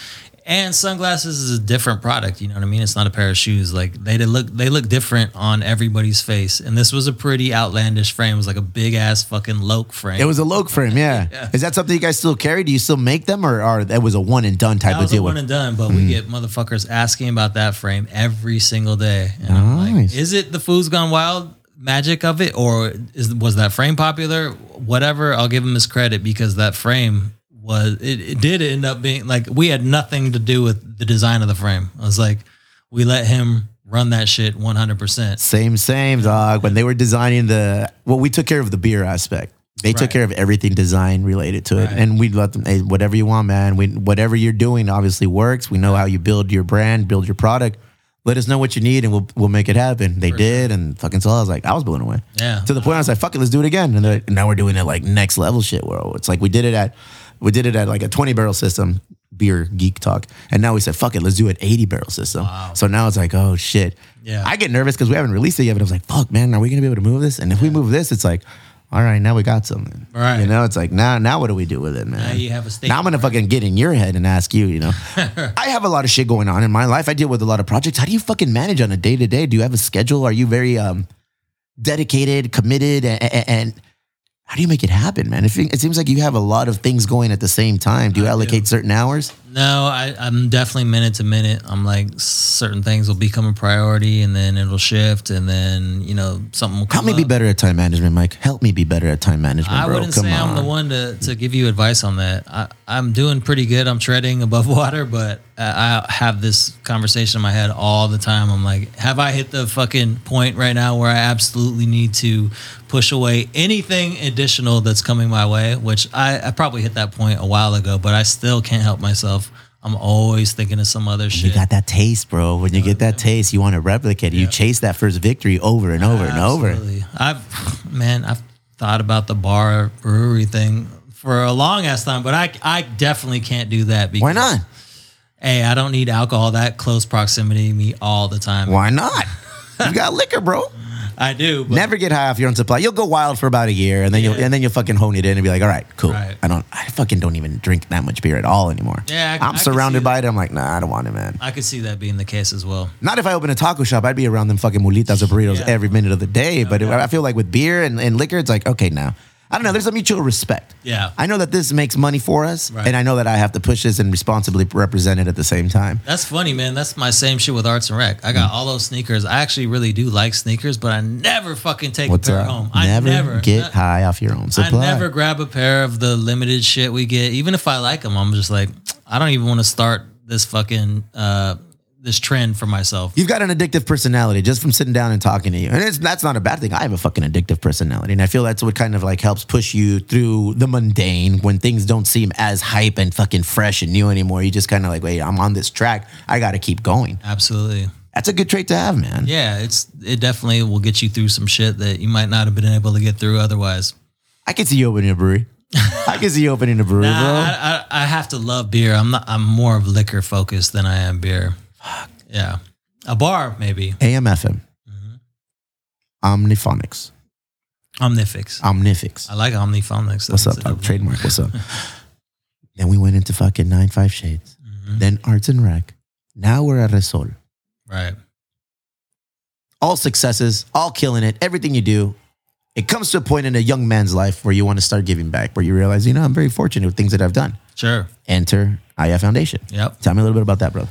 [SPEAKER 3] And sunglasses is a different product. You know what I mean? It's not a pair of shoes. Like they did look, they look different on everybody's face. And this was a pretty outlandish frame. It was like a big ass fucking loke frame.
[SPEAKER 2] it was a Loke frame, yeah. Is that something you guys still carry? Do you still make them, or, or that was a one and done type
[SPEAKER 3] That
[SPEAKER 2] of
[SPEAKER 3] was Mm. a
[SPEAKER 2] deal?
[SPEAKER 3] one
[SPEAKER 2] with-
[SPEAKER 3] and done, but we get motherfuckers asking about that frame every single day. And I'm like,
[SPEAKER 2] Nice.
[SPEAKER 3] is it the Food's Gone Wild magic of it, or is was that frame popular? Whatever, I'll give him his credit because that frame was it, it did end up being like we had nothing to do with the design of the frame. I was like, we let him run that shit one hundred percent.
[SPEAKER 2] Same, same, dog. When they were designing the, well, we took care of the beer aspect. They took
[SPEAKER 3] Right.
[SPEAKER 2] care of everything design related to it,
[SPEAKER 3] Right.
[SPEAKER 2] and we let them. Hey, whatever you want, man. We whatever you're doing obviously works. We know how you build your brand, build your product. Let us know what you need, and we'll we'll make it happen. They did, and fucking so I was like, I was blown away.
[SPEAKER 3] Yeah.
[SPEAKER 2] To the point I was like, fuck it, let's do it again. And they're like, now we're doing it like next level shit. Where it's like we did it at, we did it at like a twenty barrel system beer geek talk, and now we said, fuck it, let's do an eighty barrel system. So now it's like, oh shit.
[SPEAKER 3] Yeah.
[SPEAKER 2] I get nervous because we haven't released it yet, but I was like, fuck, man, are we gonna be able to move this? And if we move this, it's like, all right, now we got something.
[SPEAKER 3] Right.
[SPEAKER 2] You know, it's like now, now what do we do with it, man?
[SPEAKER 3] Now you have a statement,
[SPEAKER 2] Now I'm gonna fucking get in your head and ask you. You know, I have a lot of shit going on in my life. I deal with a lot of projects. How do you fucking manage on a day to day? Do you have a schedule? Are you very um dedicated, committed, and, and how do you make it happen, man? It, fe- it seems like you have a lot of things going at the same time. Do you allocate certain hours?
[SPEAKER 3] No, I, I'm definitely minute to minute. I'm like certain things will become a priority, and then it'll shift, and then you know something will
[SPEAKER 2] Help
[SPEAKER 3] come
[SPEAKER 2] me
[SPEAKER 3] up.
[SPEAKER 2] be better at time management, Mike. Help me be better at time management,
[SPEAKER 3] I
[SPEAKER 2] bro.
[SPEAKER 3] wouldn't
[SPEAKER 2] Come
[SPEAKER 3] say
[SPEAKER 2] on.
[SPEAKER 3] I'm the one to, to give you advice on that. I, I'm doing pretty good. I'm treading above water, but I, I have this conversation in my head all the time. I'm like, have I hit the fucking point right now where I absolutely need to push away anything additional that's coming my way? Which I, I probably hit that point a while ago, but I still can't help myself. I'm always thinking of some other shit.
[SPEAKER 2] You got that taste, bro. When you get that taste, you want to replicate it. You chase that first victory over and over and over.
[SPEAKER 3] Absolutely. I've man, I've thought about the bar brewery thing for a long ass time, but I I definitely can't do that because
[SPEAKER 2] Why not?
[SPEAKER 3] Hey, I don't need alcohol that close proximity to me all the time.
[SPEAKER 2] Why not? You got liquor, bro.
[SPEAKER 3] I do. But
[SPEAKER 2] Never get high off your own supply. You'll go wild for about a year, and then you'll and then you'll fucking hone it in and be like, all right, cool.
[SPEAKER 3] Right.
[SPEAKER 2] I don't. I fucking don't even drink that much beer at all anymore.
[SPEAKER 3] Yeah, I- I
[SPEAKER 2] I, am
[SPEAKER 3] can see
[SPEAKER 2] surrounded
[SPEAKER 3] that.
[SPEAKER 2] by it. I'm like, nah, I don't want it, man.
[SPEAKER 3] I could see that being the case as well.
[SPEAKER 2] Not if I open a taco shop, I'd be around them fucking mulitas or burritos
[SPEAKER 3] Yeah.
[SPEAKER 2] every minute of the day. But I feel like with beer and, and liquor, it's like, okay, now. I don't know. There's a mutual respect.
[SPEAKER 3] Yeah.
[SPEAKER 2] I know that this makes money for us,
[SPEAKER 3] Right.
[SPEAKER 2] and I know that I have to push this and responsibly represent it at the same time.
[SPEAKER 3] That's funny, man. That's my same shit with arts and rec. I
[SPEAKER 2] Hmm.
[SPEAKER 3] got all those sneakers. I actually really do like sneakers, but I never fucking take
[SPEAKER 2] What's
[SPEAKER 3] a pair
[SPEAKER 2] up?
[SPEAKER 3] home.
[SPEAKER 2] Never,
[SPEAKER 3] I never
[SPEAKER 2] get
[SPEAKER 3] I-
[SPEAKER 2] high off your own
[SPEAKER 3] I
[SPEAKER 2] supply.
[SPEAKER 3] never grab a pair of the limited shit we get. Even if I like them, I'm just like, I don't even want to start this fucking uh this trend for myself.
[SPEAKER 2] You've got an addictive personality just from sitting down and talking to you. And it's, that's not a bad thing. I have a fucking addictive personality. And I feel that's what kind of like helps push you through the mundane when things don't seem as hype and fucking fresh and new anymore. You just kind of like, wait, I'm on this track. I got to keep going.
[SPEAKER 3] Absolutely.
[SPEAKER 2] That's a good trait to have, man.
[SPEAKER 3] Yeah, it's it definitely will get you through some shit that you might not have been able to get through otherwise.
[SPEAKER 2] I can see you opening a brewery. I can see you opening a brewery, bro.
[SPEAKER 3] I, I, I have to love beer. I'm not. I'm more of liquor focused than I am beer. Yeah, a bar maybe.
[SPEAKER 2] AMFM. Mm-hmm. Omniphonics.
[SPEAKER 3] Omnifix.
[SPEAKER 2] Omnifix.
[SPEAKER 3] I like Omniphonics.
[SPEAKER 2] What's
[SPEAKER 3] That's
[SPEAKER 2] up?
[SPEAKER 3] a-
[SPEAKER 2] Bob? Trademark. What's up? then we went into fucking Nine Five Shades.
[SPEAKER 3] Mm-hmm.
[SPEAKER 2] Then Arts and Rec. Now we're at Resol.
[SPEAKER 3] Right.
[SPEAKER 2] All successes, all killing it, everything you do. It comes to a point in a young man's life where you want to start giving back, where you realize, you know, I'm very fortunate with things that I've done.
[SPEAKER 3] Sure.
[SPEAKER 2] Enter IF Foundation.
[SPEAKER 3] Yep.
[SPEAKER 2] Tell me a little bit about that, brother.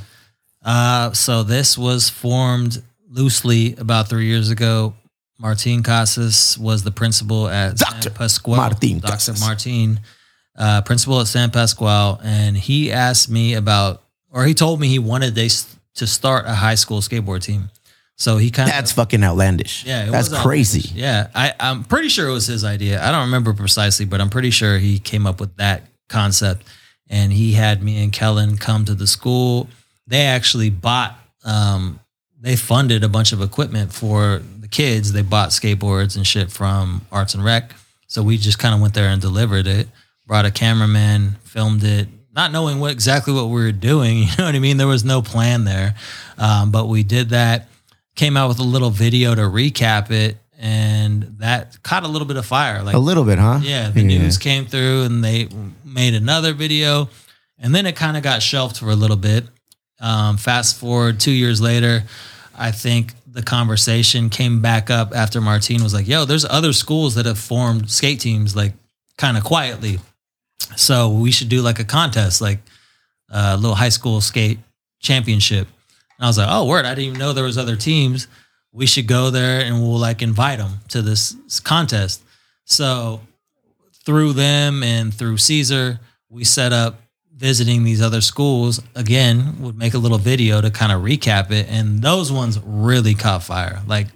[SPEAKER 3] Uh, so this was formed loosely about three years ago. Martin Casas was the principal at
[SPEAKER 2] Dr.
[SPEAKER 3] San Pasqual.
[SPEAKER 2] Martin
[SPEAKER 3] Dr.
[SPEAKER 2] Casas.
[SPEAKER 3] Martin, uh, principal at San Pasqual, and he asked me about, or he told me he wanted they s- to start a high school skateboard team. So he kind of
[SPEAKER 2] That's fucking outlandish.
[SPEAKER 3] yeah, it
[SPEAKER 2] that's
[SPEAKER 3] was
[SPEAKER 2] crazy.
[SPEAKER 3] outlandish. Yeah, I, I'm pretty sure it was his idea. I don't remember precisely, but I'm pretty sure he came up with that concept. And he had me and Kellen come to the school. They actually bought, um, they funded a bunch of equipment for the kids. They bought skateboards and shit from Arts and Rec. So we just kind of went there and delivered it. Brought a cameraman, filmed it, not knowing what exactly what we were doing. You know what I mean? There was no plan there, um, but we did that came out with a little video to recap it and that caught a little bit of fire like
[SPEAKER 2] A little bit, huh?
[SPEAKER 3] yeah the news came through and they made another video and then it kind of got shelved for a little bit um, fast forward two years later i think the conversation came back up after martine was like yo there's other schools that have formed skate teams like kind of quietly so we should do like a contest like uh, a little high school skate championship and I was like, oh, word, I didn't even know there was other teams. We should go there and we'll like invite them to this contest. So through them and through Caesar, we set up visiting these other schools again, would make a little video to kind of recap it. And those ones really caught fire. Like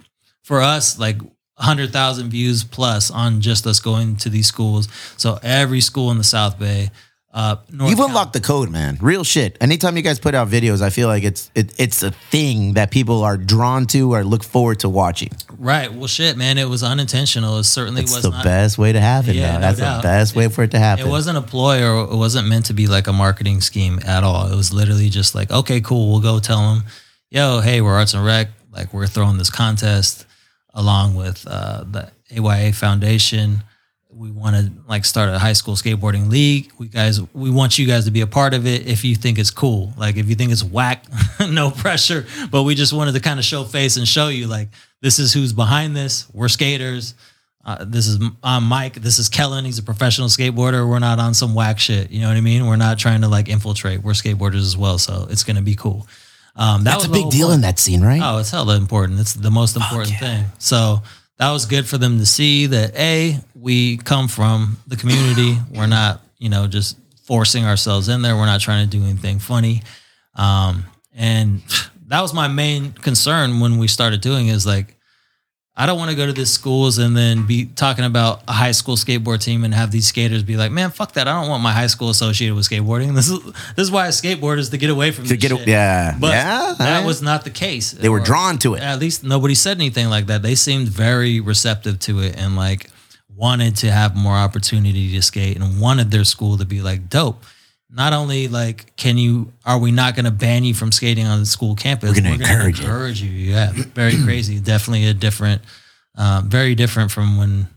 [SPEAKER 3] for us, like 100,000 views plus on just us going to these schools. So every school in the South Bay, uh, North
[SPEAKER 2] You've
[SPEAKER 3] Cal-
[SPEAKER 2] unlocked the code, man. Real shit. Anytime you guys put out videos, I feel like it's it, it's a thing that people are drawn to or look forward to watching.
[SPEAKER 3] Right. Well, shit, man. It was unintentional. It certainly
[SPEAKER 2] It's
[SPEAKER 3] was
[SPEAKER 2] the
[SPEAKER 3] not.
[SPEAKER 2] best way to have it.
[SPEAKER 3] Yeah,
[SPEAKER 2] though.
[SPEAKER 3] no
[SPEAKER 2] That's
[SPEAKER 3] doubt.
[SPEAKER 2] the best way for it to happen.
[SPEAKER 3] It wasn't a ploy or it wasn't meant to be like a marketing scheme at all. It was literally just like, okay, cool. We'll go tell them, yo, hey, we're Arts and Rec. Like, we're throwing this contest along with uh, the AYA Foundation. We want to like start a high school skateboarding league. We guys, we want you guys to be a part of it. If you think it's cool, like if you think it's whack, no pressure. But we just wanted to kind of show face and show you like this is who's behind this. We're skaters. Uh, this is I'm Mike. This is Kellen. He's a professional skateboarder. We're not on some whack shit. You know what I mean? We're not trying to like infiltrate. We're skateboarders as well, so it's gonna be cool. Um, that
[SPEAKER 2] That's
[SPEAKER 3] was
[SPEAKER 2] a
[SPEAKER 3] the
[SPEAKER 2] big
[SPEAKER 3] whole
[SPEAKER 2] deal
[SPEAKER 3] point.
[SPEAKER 2] in that scene, right?
[SPEAKER 3] Oh, it's hella important. It's the most important thing. So that was good for them to see that a we come from the community. We're not, you know, just forcing ourselves in there. We're not trying to do anything funny. Um, and that was my main concern when we started doing is like, I don't want to go to these schools and then be talking about a high school skateboard team and have these skaters be like, "Man, fuck that! I don't want my high school associated with skateboarding. This is this is why I skateboard is to get away from
[SPEAKER 2] to
[SPEAKER 3] this
[SPEAKER 2] get
[SPEAKER 3] shit.
[SPEAKER 2] yeah,
[SPEAKER 3] But
[SPEAKER 2] yeah.
[SPEAKER 3] that
[SPEAKER 2] eh?
[SPEAKER 3] was not the case.
[SPEAKER 2] they were drawn to it.
[SPEAKER 3] At least nobody said anything like that. They seemed very receptive to it and like wanted to have more opportunity to skate and wanted their school to be like dope. Not only like can you are we not going to ban you from skating on the school campus?
[SPEAKER 2] We're gonna encourage it.
[SPEAKER 3] encourage you. Yeah, very crazy. Definitely a different Um, very different from when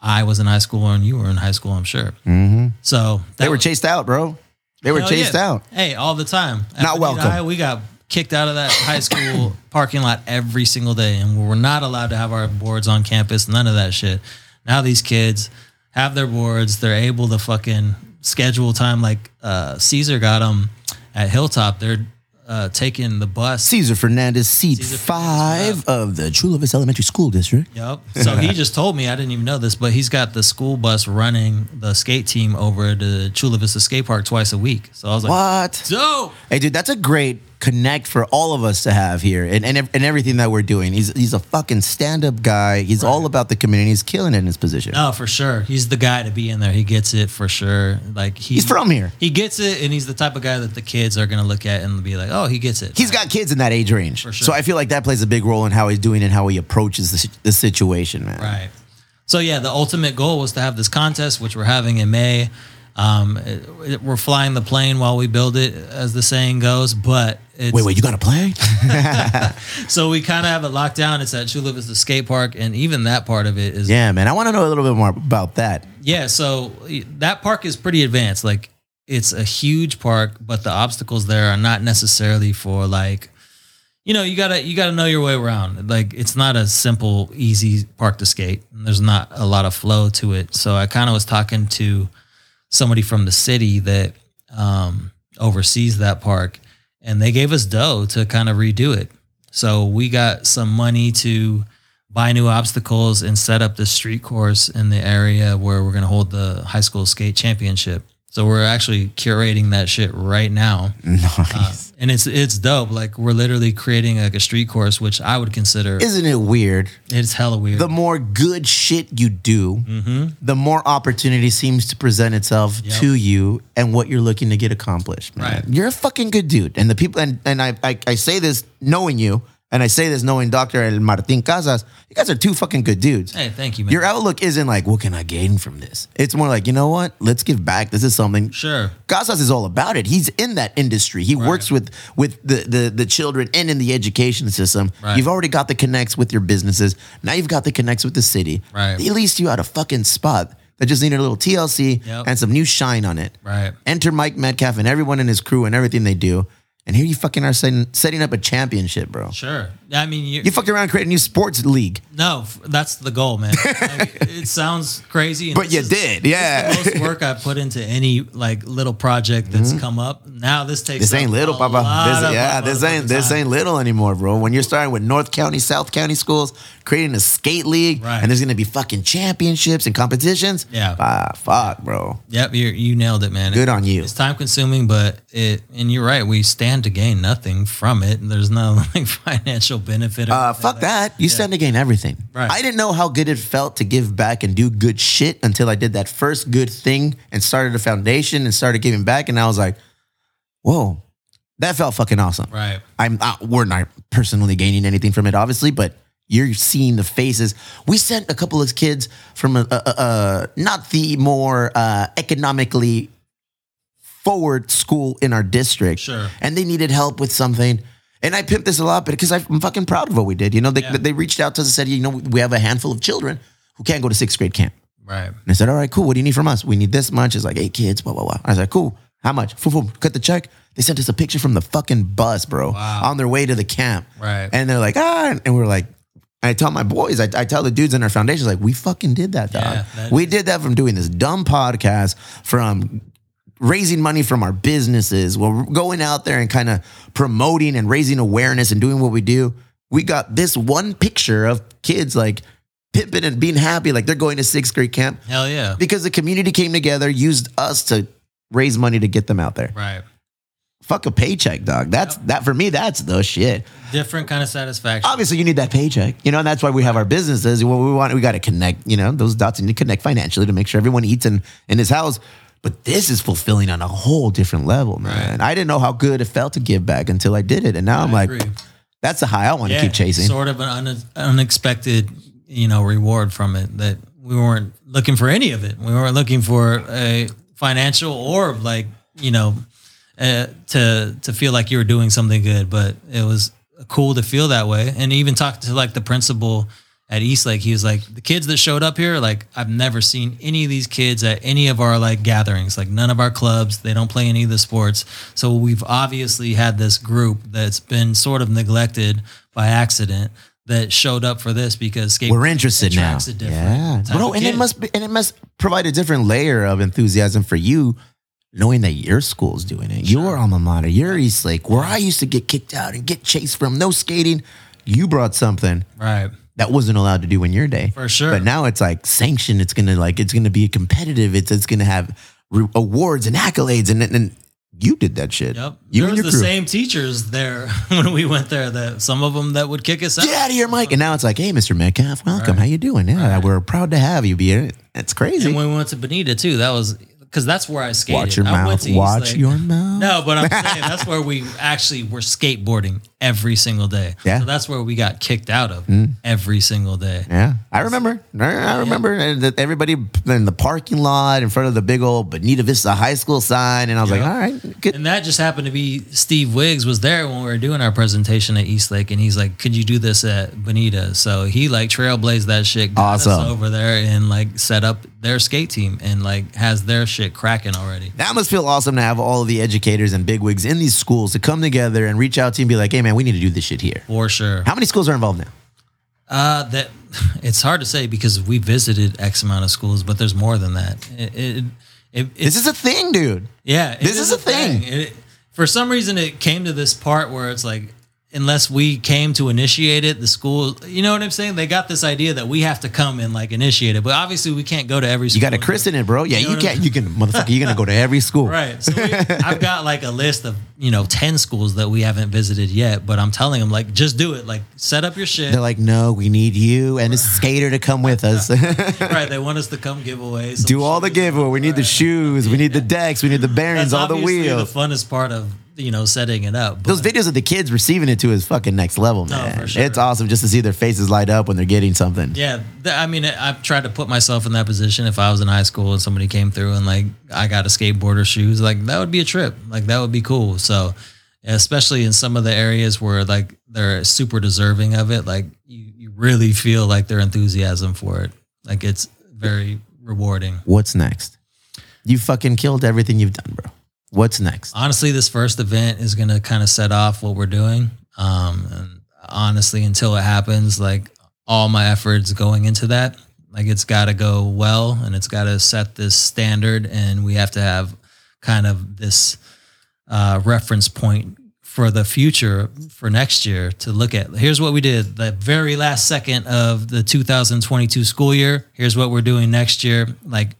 [SPEAKER 3] I was in high school and you were in high school, I'm sure.
[SPEAKER 2] Mm-hmm.
[SPEAKER 3] So that
[SPEAKER 2] They were
[SPEAKER 3] was-
[SPEAKER 2] chased out, bro. They were
[SPEAKER 3] Hell
[SPEAKER 2] chased
[SPEAKER 3] yeah.
[SPEAKER 2] out.
[SPEAKER 3] Hey, all the time. At
[SPEAKER 2] Not
[SPEAKER 3] Bonita
[SPEAKER 2] welcome.
[SPEAKER 3] High, we got kicked out of that high school parking lot every single day, and we were not allowed to have our boards on campus. None of that shit. Now these kids have their boards. They're able to fucking schedule time like uh, Caesar got them at Hilltop. They're uh, taking the bus.
[SPEAKER 2] Caesar Fernandez, seat
[SPEAKER 3] Fernandez,
[SPEAKER 2] five of the Chula Vista Elementary School District.
[SPEAKER 3] Yep. So he just told me I didn't even know this, but he's got the school bus running the skate team over to Chula Vista Skate Park twice a week. So I was like,
[SPEAKER 2] What?
[SPEAKER 3] dope.
[SPEAKER 2] Hey, dude, that's a great connect for all of us to have here and, and, ev- and everything that we're doing. He's, he's a fucking stand up guy. He's all about the community. He's killing it in his position.
[SPEAKER 3] No, Oh, for sure. He's the guy to be in there. He gets it for sure. Like he,
[SPEAKER 2] He's from here.
[SPEAKER 3] He gets it, and he's the type of guy that the kids are gonna look at and be like, "Oh, he gets it."
[SPEAKER 2] He's got kids in that age range.
[SPEAKER 3] sure.
[SPEAKER 2] So I feel like that plays a big role in how he's doing and how he approaches the, si- the situation, man.
[SPEAKER 3] right. So yeah, the ultimate goal was to have this contest, which we're having in May. Um, it- it- we're flying the plane while we build it, as the saying goes. But it's,
[SPEAKER 2] Wait, wait, you got to play?
[SPEAKER 3] so we kind of have it locked down. It's at Chula Vista Skate Park, and even that part of it is
[SPEAKER 2] yeah, man. I want to know a little bit more about that.
[SPEAKER 3] Yeah, so that park is pretty advanced. Like it's a huge park, but the obstacles there are not necessarily for like you know, you got to you got to know your way around. Like it's not a simple easy park to skate. And there's not a lot of flow to it. So I kind of was talking to somebody from the city that um oversees that park and they gave us dough to kind of redo it. So we got some money to buy new obstacles and set up the street course in the area where we're going to hold the high school skate championship. So we're actually curating that shit right now. Uh, and it's it's dope. Like we're literally creating like a street course, which I would consider
[SPEAKER 2] Isn't it weird?
[SPEAKER 3] it's hella weird.
[SPEAKER 2] The more good shit you do,
[SPEAKER 3] Mm-hmm.
[SPEAKER 2] the more opportunity seems to present itself to you and what you're looking to get accomplished. Man.
[SPEAKER 3] Right.
[SPEAKER 2] You're a fucking good dude. And the people, and, and I, I, I say this knowing you, and I say this knowing Dr. El Martin Casas, you guys are two fucking good dudes.
[SPEAKER 3] hey, thank you, man.
[SPEAKER 2] Your outlook isn't like, what can I gain from this? It's more like, you know what? Let's give back. This is something.
[SPEAKER 3] sure.
[SPEAKER 2] Casas is all about it. He's in that industry. He works with with the, the the children and in the education system.
[SPEAKER 3] Right.
[SPEAKER 2] You've already got the connects with your businesses. Now you've got the connects with the city.
[SPEAKER 3] Right.
[SPEAKER 2] At least you had a fucking spot that just needed a little TLC
[SPEAKER 3] Yep.
[SPEAKER 2] and some new shine on it.
[SPEAKER 3] Right.
[SPEAKER 2] Enter Mike Metcalf and everyone in his crew and everything they do. And here you fucking are setting, setting up a championship, bro.
[SPEAKER 3] Sure. I mean, you
[SPEAKER 2] You fucked around and created a new sports league,
[SPEAKER 3] no, f- that's the goal, man. Like, it sounds crazy, and
[SPEAKER 2] but
[SPEAKER 3] this
[SPEAKER 2] you
[SPEAKER 3] is-
[SPEAKER 2] did. Yeah.
[SPEAKER 3] the most work I put into any like little project that's come up. Now this takes
[SPEAKER 2] Mm-hmm. This ain't
[SPEAKER 3] up
[SPEAKER 2] little,
[SPEAKER 3] a
[SPEAKER 2] Papa.
[SPEAKER 3] lot
[SPEAKER 2] This,
[SPEAKER 3] of
[SPEAKER 2] yeah,
[SPEAKER 3] my
[SPEAKER 2] this ain't
[SPEAKER 3] motherfucking
[SPEAKER 2] this
[SPEAKER 3] time.
[SPEAKER 2] ain't little anymore, bro. When you're starting with North County, South County schools, creating a skate league,
[SPEAKER 3] Right.
[SPEAKER 2] and there's gonna be fucking championships and competitions.
[SPEAKER 3] Yeah.
[SPEAKER 2] ah, fuck, bro.
[SPEAKER 3] Yep, you you nailed it, man.
[SPEAKER 2] Good on you.
[SPEAKER 3] It's time consuming, but it and you're right. We stand to gain nothing from it. There's no like financial benefit. or
[SPEAKER 2] Uh,
[SPEAKER 3] anything
[SPEAKER 2] fuck
[SPEAKER 3] like
[SPEAKER 2] that. You stand to gain everything.
[SPEAKER 3] Right.
[SPEAKER 2] I didn't know how good it felt to give back and do good shit until I did that first good thing and started a foundation and started giving back, and I was like, whoa, that felt fucking awesome.
[SPEAKER 3] Right.
[SPEAKER 2] I'm uh, we're not personally gaining anything from it, obviously, but you're seeing the faces. We sent a couple of kids from a, a, a, a not the more uh, economically forward school in our district,
[SPEAKER 3] Sure.
[SPEAKER 2] and they needed help with something. And I pimped this a lot because I'm fucking proud of what we did. You know, they,
[SPEAKER 3] Yeah.
[SPEAKER 2] they reached out to us and said, you know, we have a handful of children who can't go to sixth grade camp.
[SPEAKER 3] Right.
[SPEAKER 2] And I said, all right, cool. What do you need from us? We need this much. It's like eight kids, blah, blah, blah. I was like, cool. How much? Foo, foo. Cut the check. They sent us a picture from the fucking bus, bro,
[SPEAKER 3] Wow.
[SPEAKER 2] on their way to the camp.
[SPEAKER 3] Right.
[SPEAKER 2] And they're like, ah. And we're like, I tell my boys, I, I tell the dudes in our foundations, like, we fucking did that, dog.
[SPEAKER 3] Yeah, that-
[SPEAKER 2] we did that from doing this dumb podcast, from raising money from our businesses, we're going out there and kind of promoting and raising awareness and doing what we do. We got this one picture of kids like pimping and being happy, like they're going to sixth grade camp
[SPEAKER 3] Hell yeah.
[SPEAKER 2] because the community came together, used us to raise money to get them out there.
[SPEAKER 3] Right.
[SPEAKER 2] Fuck a paycheck, dog. That's that for me. That's the shit.
[SPEAKER 3] Different kind of satisfaction.
[SPEAKER 2] Obviously, you need that paycheck, you know, and that's why we have our businesses. What we want, we got to connect, you know, those dots and you connect financially to make sure everyone eats in in his house. But this is fulfilling on a whole different level, man. I didn't know how good it felt to give back until I did it, and now I am like,
[SPEAKER 3] agree.
[SPEAKER 2] that's the high I want to
[SPEAKER 3] Yeah,
[SPEAKER 2] keep chasing.
[SPEAKER 3] Sort of an un- unexpected, you know, reward from it that we weren't looking for any of it. We weren't looking for a financial or like, you know, uh, to to feel like you were doing something good. But it was cool to feel that way, and even talk to like the principal at Eastlake, he was like, the kids that showed up here, like I've never seen any of these kids at any of our like gatherings, like none of our clubs, they don't play any of the sports. So we've obviously had this group that's been sort of neglected by accident that showed up for this because skateboarding
[SPEAKER 2] We're interested now.
[SPEAKER 3] attracts a different
[SPEAKER 2] Yeah,
[SPEAKER 3] type
[SPEAKER 2] bro,
[SPEAKER 3] of
[SPEAKER 2] and it
[SPEAKER 3] kid.
[SPEAKER 2] must be, and it must provide a different layer of enthusiasm for you, knowing that your school's doing it, your alma mater, your Eastlake, where I used to get kicked out and get chased from, no skating. You brought something
[SPEAKER 3] right.
[SPEAKER 2] that wasn't allowed to do in your day,
[SPEAKER 3] For sure.
[SPEAKER 2] But now it's like sanctioned. It's gonna like it's gonna be competitive. It's it's gonna have re- awards and accolades, and and you did that shit.
[SPEAKER 3] Yep.
[SPEAKER 2] you
[SPEAKER 3] there
[SPEAKER 2] and
[SPEAKER 3] was
[SPEAKER 2] your
[SPEAKER 3] the
[SPEAKER 2] crew.
[SPEAKER 3] same teachers there when we went there that some of them that would kick us out.
[SPEAKER 2] Get out of here, Mike. And now it's like, hey, Mr. Metcalf, welcome. How you doing? Yeah, we're proud to have you be here. That's crazy.
[SPEAKER 3] And when we went to Bonita too, that was because that's where I skated.
[SPEAKER 2] Watch your
[SPEAKER 3] I went
[SPEAKER 2] mouth.
[SPEAKER 3] to
[SPEAKER 2] Watch
[SPEAKER 3] Eastlake.
[SPEAKER 2] your mouth.
[SPEAKER 3] No, but I'm saying that's where we actually were skateboarding every single day.
[SPEAKER 2] Yeah. Mm.
[SPEAKER 3] So that's where we got kicked out of every single day.
[SPEAKER 2] Yeah, I remember. I remember And that everybody in the parking lot in front of the big old Bonita Vista High School sign, and I was like,
[SPEAKER 3] Yeah.
[SPEAKER 2] all right, good.
[SPEAKER 3] And that just happened to be Steve Wiggs was there when we were doing our presentation at Eastlake, and he's like, "Could you do this at Bonita?" So he like trailblazed that shit, got us
[SPEAKER 2] Awesome.
[SPEAKER 3] over there, and like set up their skate team, and like has their shit cracking already.
[SPEAKER 2] That must feel awesome to have all the educators and bigwigs in these schools to come together and reach out to you and be like, hey man, we need to do this shit here.
[SPEAKER 3] For sure.
[SPEAKER 2] How many schools are involved now?
[SPEAKER 3] Uh, that it's hard to say because we visited X amount of schools, but there's more than that. It, it, it, it's,
[SPEAKER 2] This is a thing, dude.
[SPEAKER 3] yeah, it
[SPEAKER 2] this is a thing.
[SPEAKER 3] It, for some reason, it came to this part where it's like, unless we came to initiate it, the school, you know what I'm saying? They got this idea that we have to come and like initiate it, but obviously we can't go to every school.
[SPEAKER 2] You got to christen it, bro. Yeah,
[SPEAKER 3] You know
[SPEAKER 2] you,
[SPEAKER 3] what I
[SPEAKER 2] can't. You can, motherfucker. You're gonna go to every school.
[SPEAKER 3] Right. So we, I've got like a list of, you know, 10 schools that we haven't visited yet, but I'm telling them like, just do it. Like set up your shit.
[SPEAKER 2] They're like, no, we need you and a skater to come with us.
[SPEAKER 3] right. They want us to come giveaways.
[SPEAKER 2] Do all the giveaway. We need the shoes. We need the decks. We need the bearings.
[SPEAKER 3] That's
[SPEAKER 2] All the
[SPEAKER 3] obviously
[SPEAKER 2] wheels.
[SPEAKER 3] The funnest part of you know setting it up. But
[SPEAKER 2] Those videos of the kids receiving it too is fucking next level, man.
[SPEAKER 3] for sure.
[SPEAKER 2] It's awesome just to see their faces light up when they're getting something.
[SPEAKER 3] yeah, th- I mean, I- I've tried to put myself in that position. If I was in high school and somebody came through and like I got a skateboarder shoes, like that would be a trip. Like that would be cool. So, especially in some of the areas where like they're super deserving of it, like you, you really feel like their enthusiasm for it. Like it's very rewarding.
[SPEAKER 2] What's next? You fucking killed everything you've done, bro. What's next?
[SPEAKER 3] honestly, this first event is going to kind of set off what we're doing. Um, and honestly, until it happens, like all my efforts going into that, like it's got to go well and it's got to set this standard. And we have to have kind of this uh, reference point for the future for next year to look at. Here's what we did the very last second of the 2022 school year. Here's what we're doing next year. Like,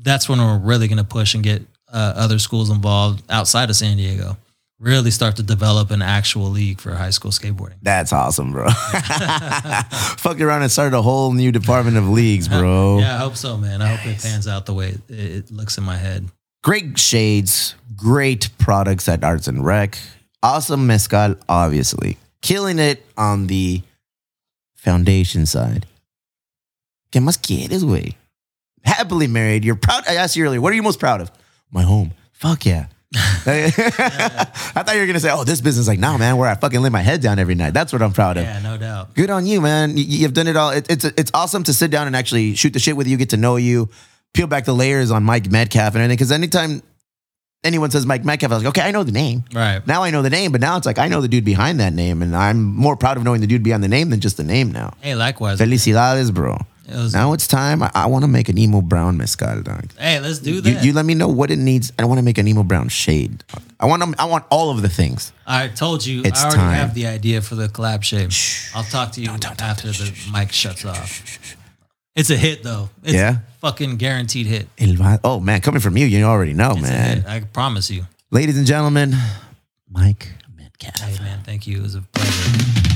[SPEAKER 3] that's when we're really going to push and get uh, other schools involved outside of San Diego. Really start to develop an actual league for high school skateboarding.
[SPEAKER 2] That's awesome, bro. Fucked around and started a whole new department of leagues, bro.
[SPEAKER 3] Yeah, I hope so, man. I hope it pans out the way it, it looks in my head.
[SPEAKER 2] Great shades, great products at Arts and Rec. Awesome mezcal, obviously. Killing it on the foundation side. ¿Qué más quieres, güey? Happily married. You're proud. I asked you earlier, what are you most proud of? My home. Fuck yeah. I thought you were going to say, oh, this business. Like, no, man, where I fucking lay my head down every night. That's what I'm proud of
[SPEAKER 3] Yeah, no doubt.
[SPEAKER 2] good on you, man. Y- You've done it all. It, it's it's awesome to sit down and actually shoot the shit with you, get to know you, peel back the layers on Mike Metcalf and everything. Because anytime anyone says Mike Metcalf, I was like, okay, I know the name.
[SPEAKER 3] Right.
[SPEAKER 2] Now I know the name, but now it's like I know the dude behind that name, and I'm more proud of knowing the dude behind the name than just the name now.
[SPEAKER 3] Hey, likewise. It
[SPEAKER 2] Felicidades, bro.
[SPEAKER 3] was,
[SPEAKER 2] Now it's time. I, I want to make an emo brown mezcal, dog.
[SPEAKER 3] hey, let's do
[SPEAKER 2] You,
[SPEAKER 3] that.
[SPEAKER 2] you let me know what it needs. I want to make an emo brown shade. dog. I want 'em- I want all of the things.
[SPEAKER 3] I told you.
[SPEAKER 2] It's
[SPEAKER 3] I already
[SPEAKER 2] time.
[SPEAKER 3] have the idea for the collab shape. I'll talk to you after the mic shuts off. It's a hit though. It's
[SPEAKER 2] Yeah?
[SPEAKER 3] a fucking guaranteed hit.
[SPEAKER 2] El va- Oh man, coming from you, you already know,
[SPEAKER 3] It's
[SPEAKER 2] man.
[SPEAKER 3] a hit. I promise you.
[SPEAKER 2] Ladies and gentlemen, Mike Metcalf.
[SPEAKER 3] Hey man, thank you. It was a pleasure.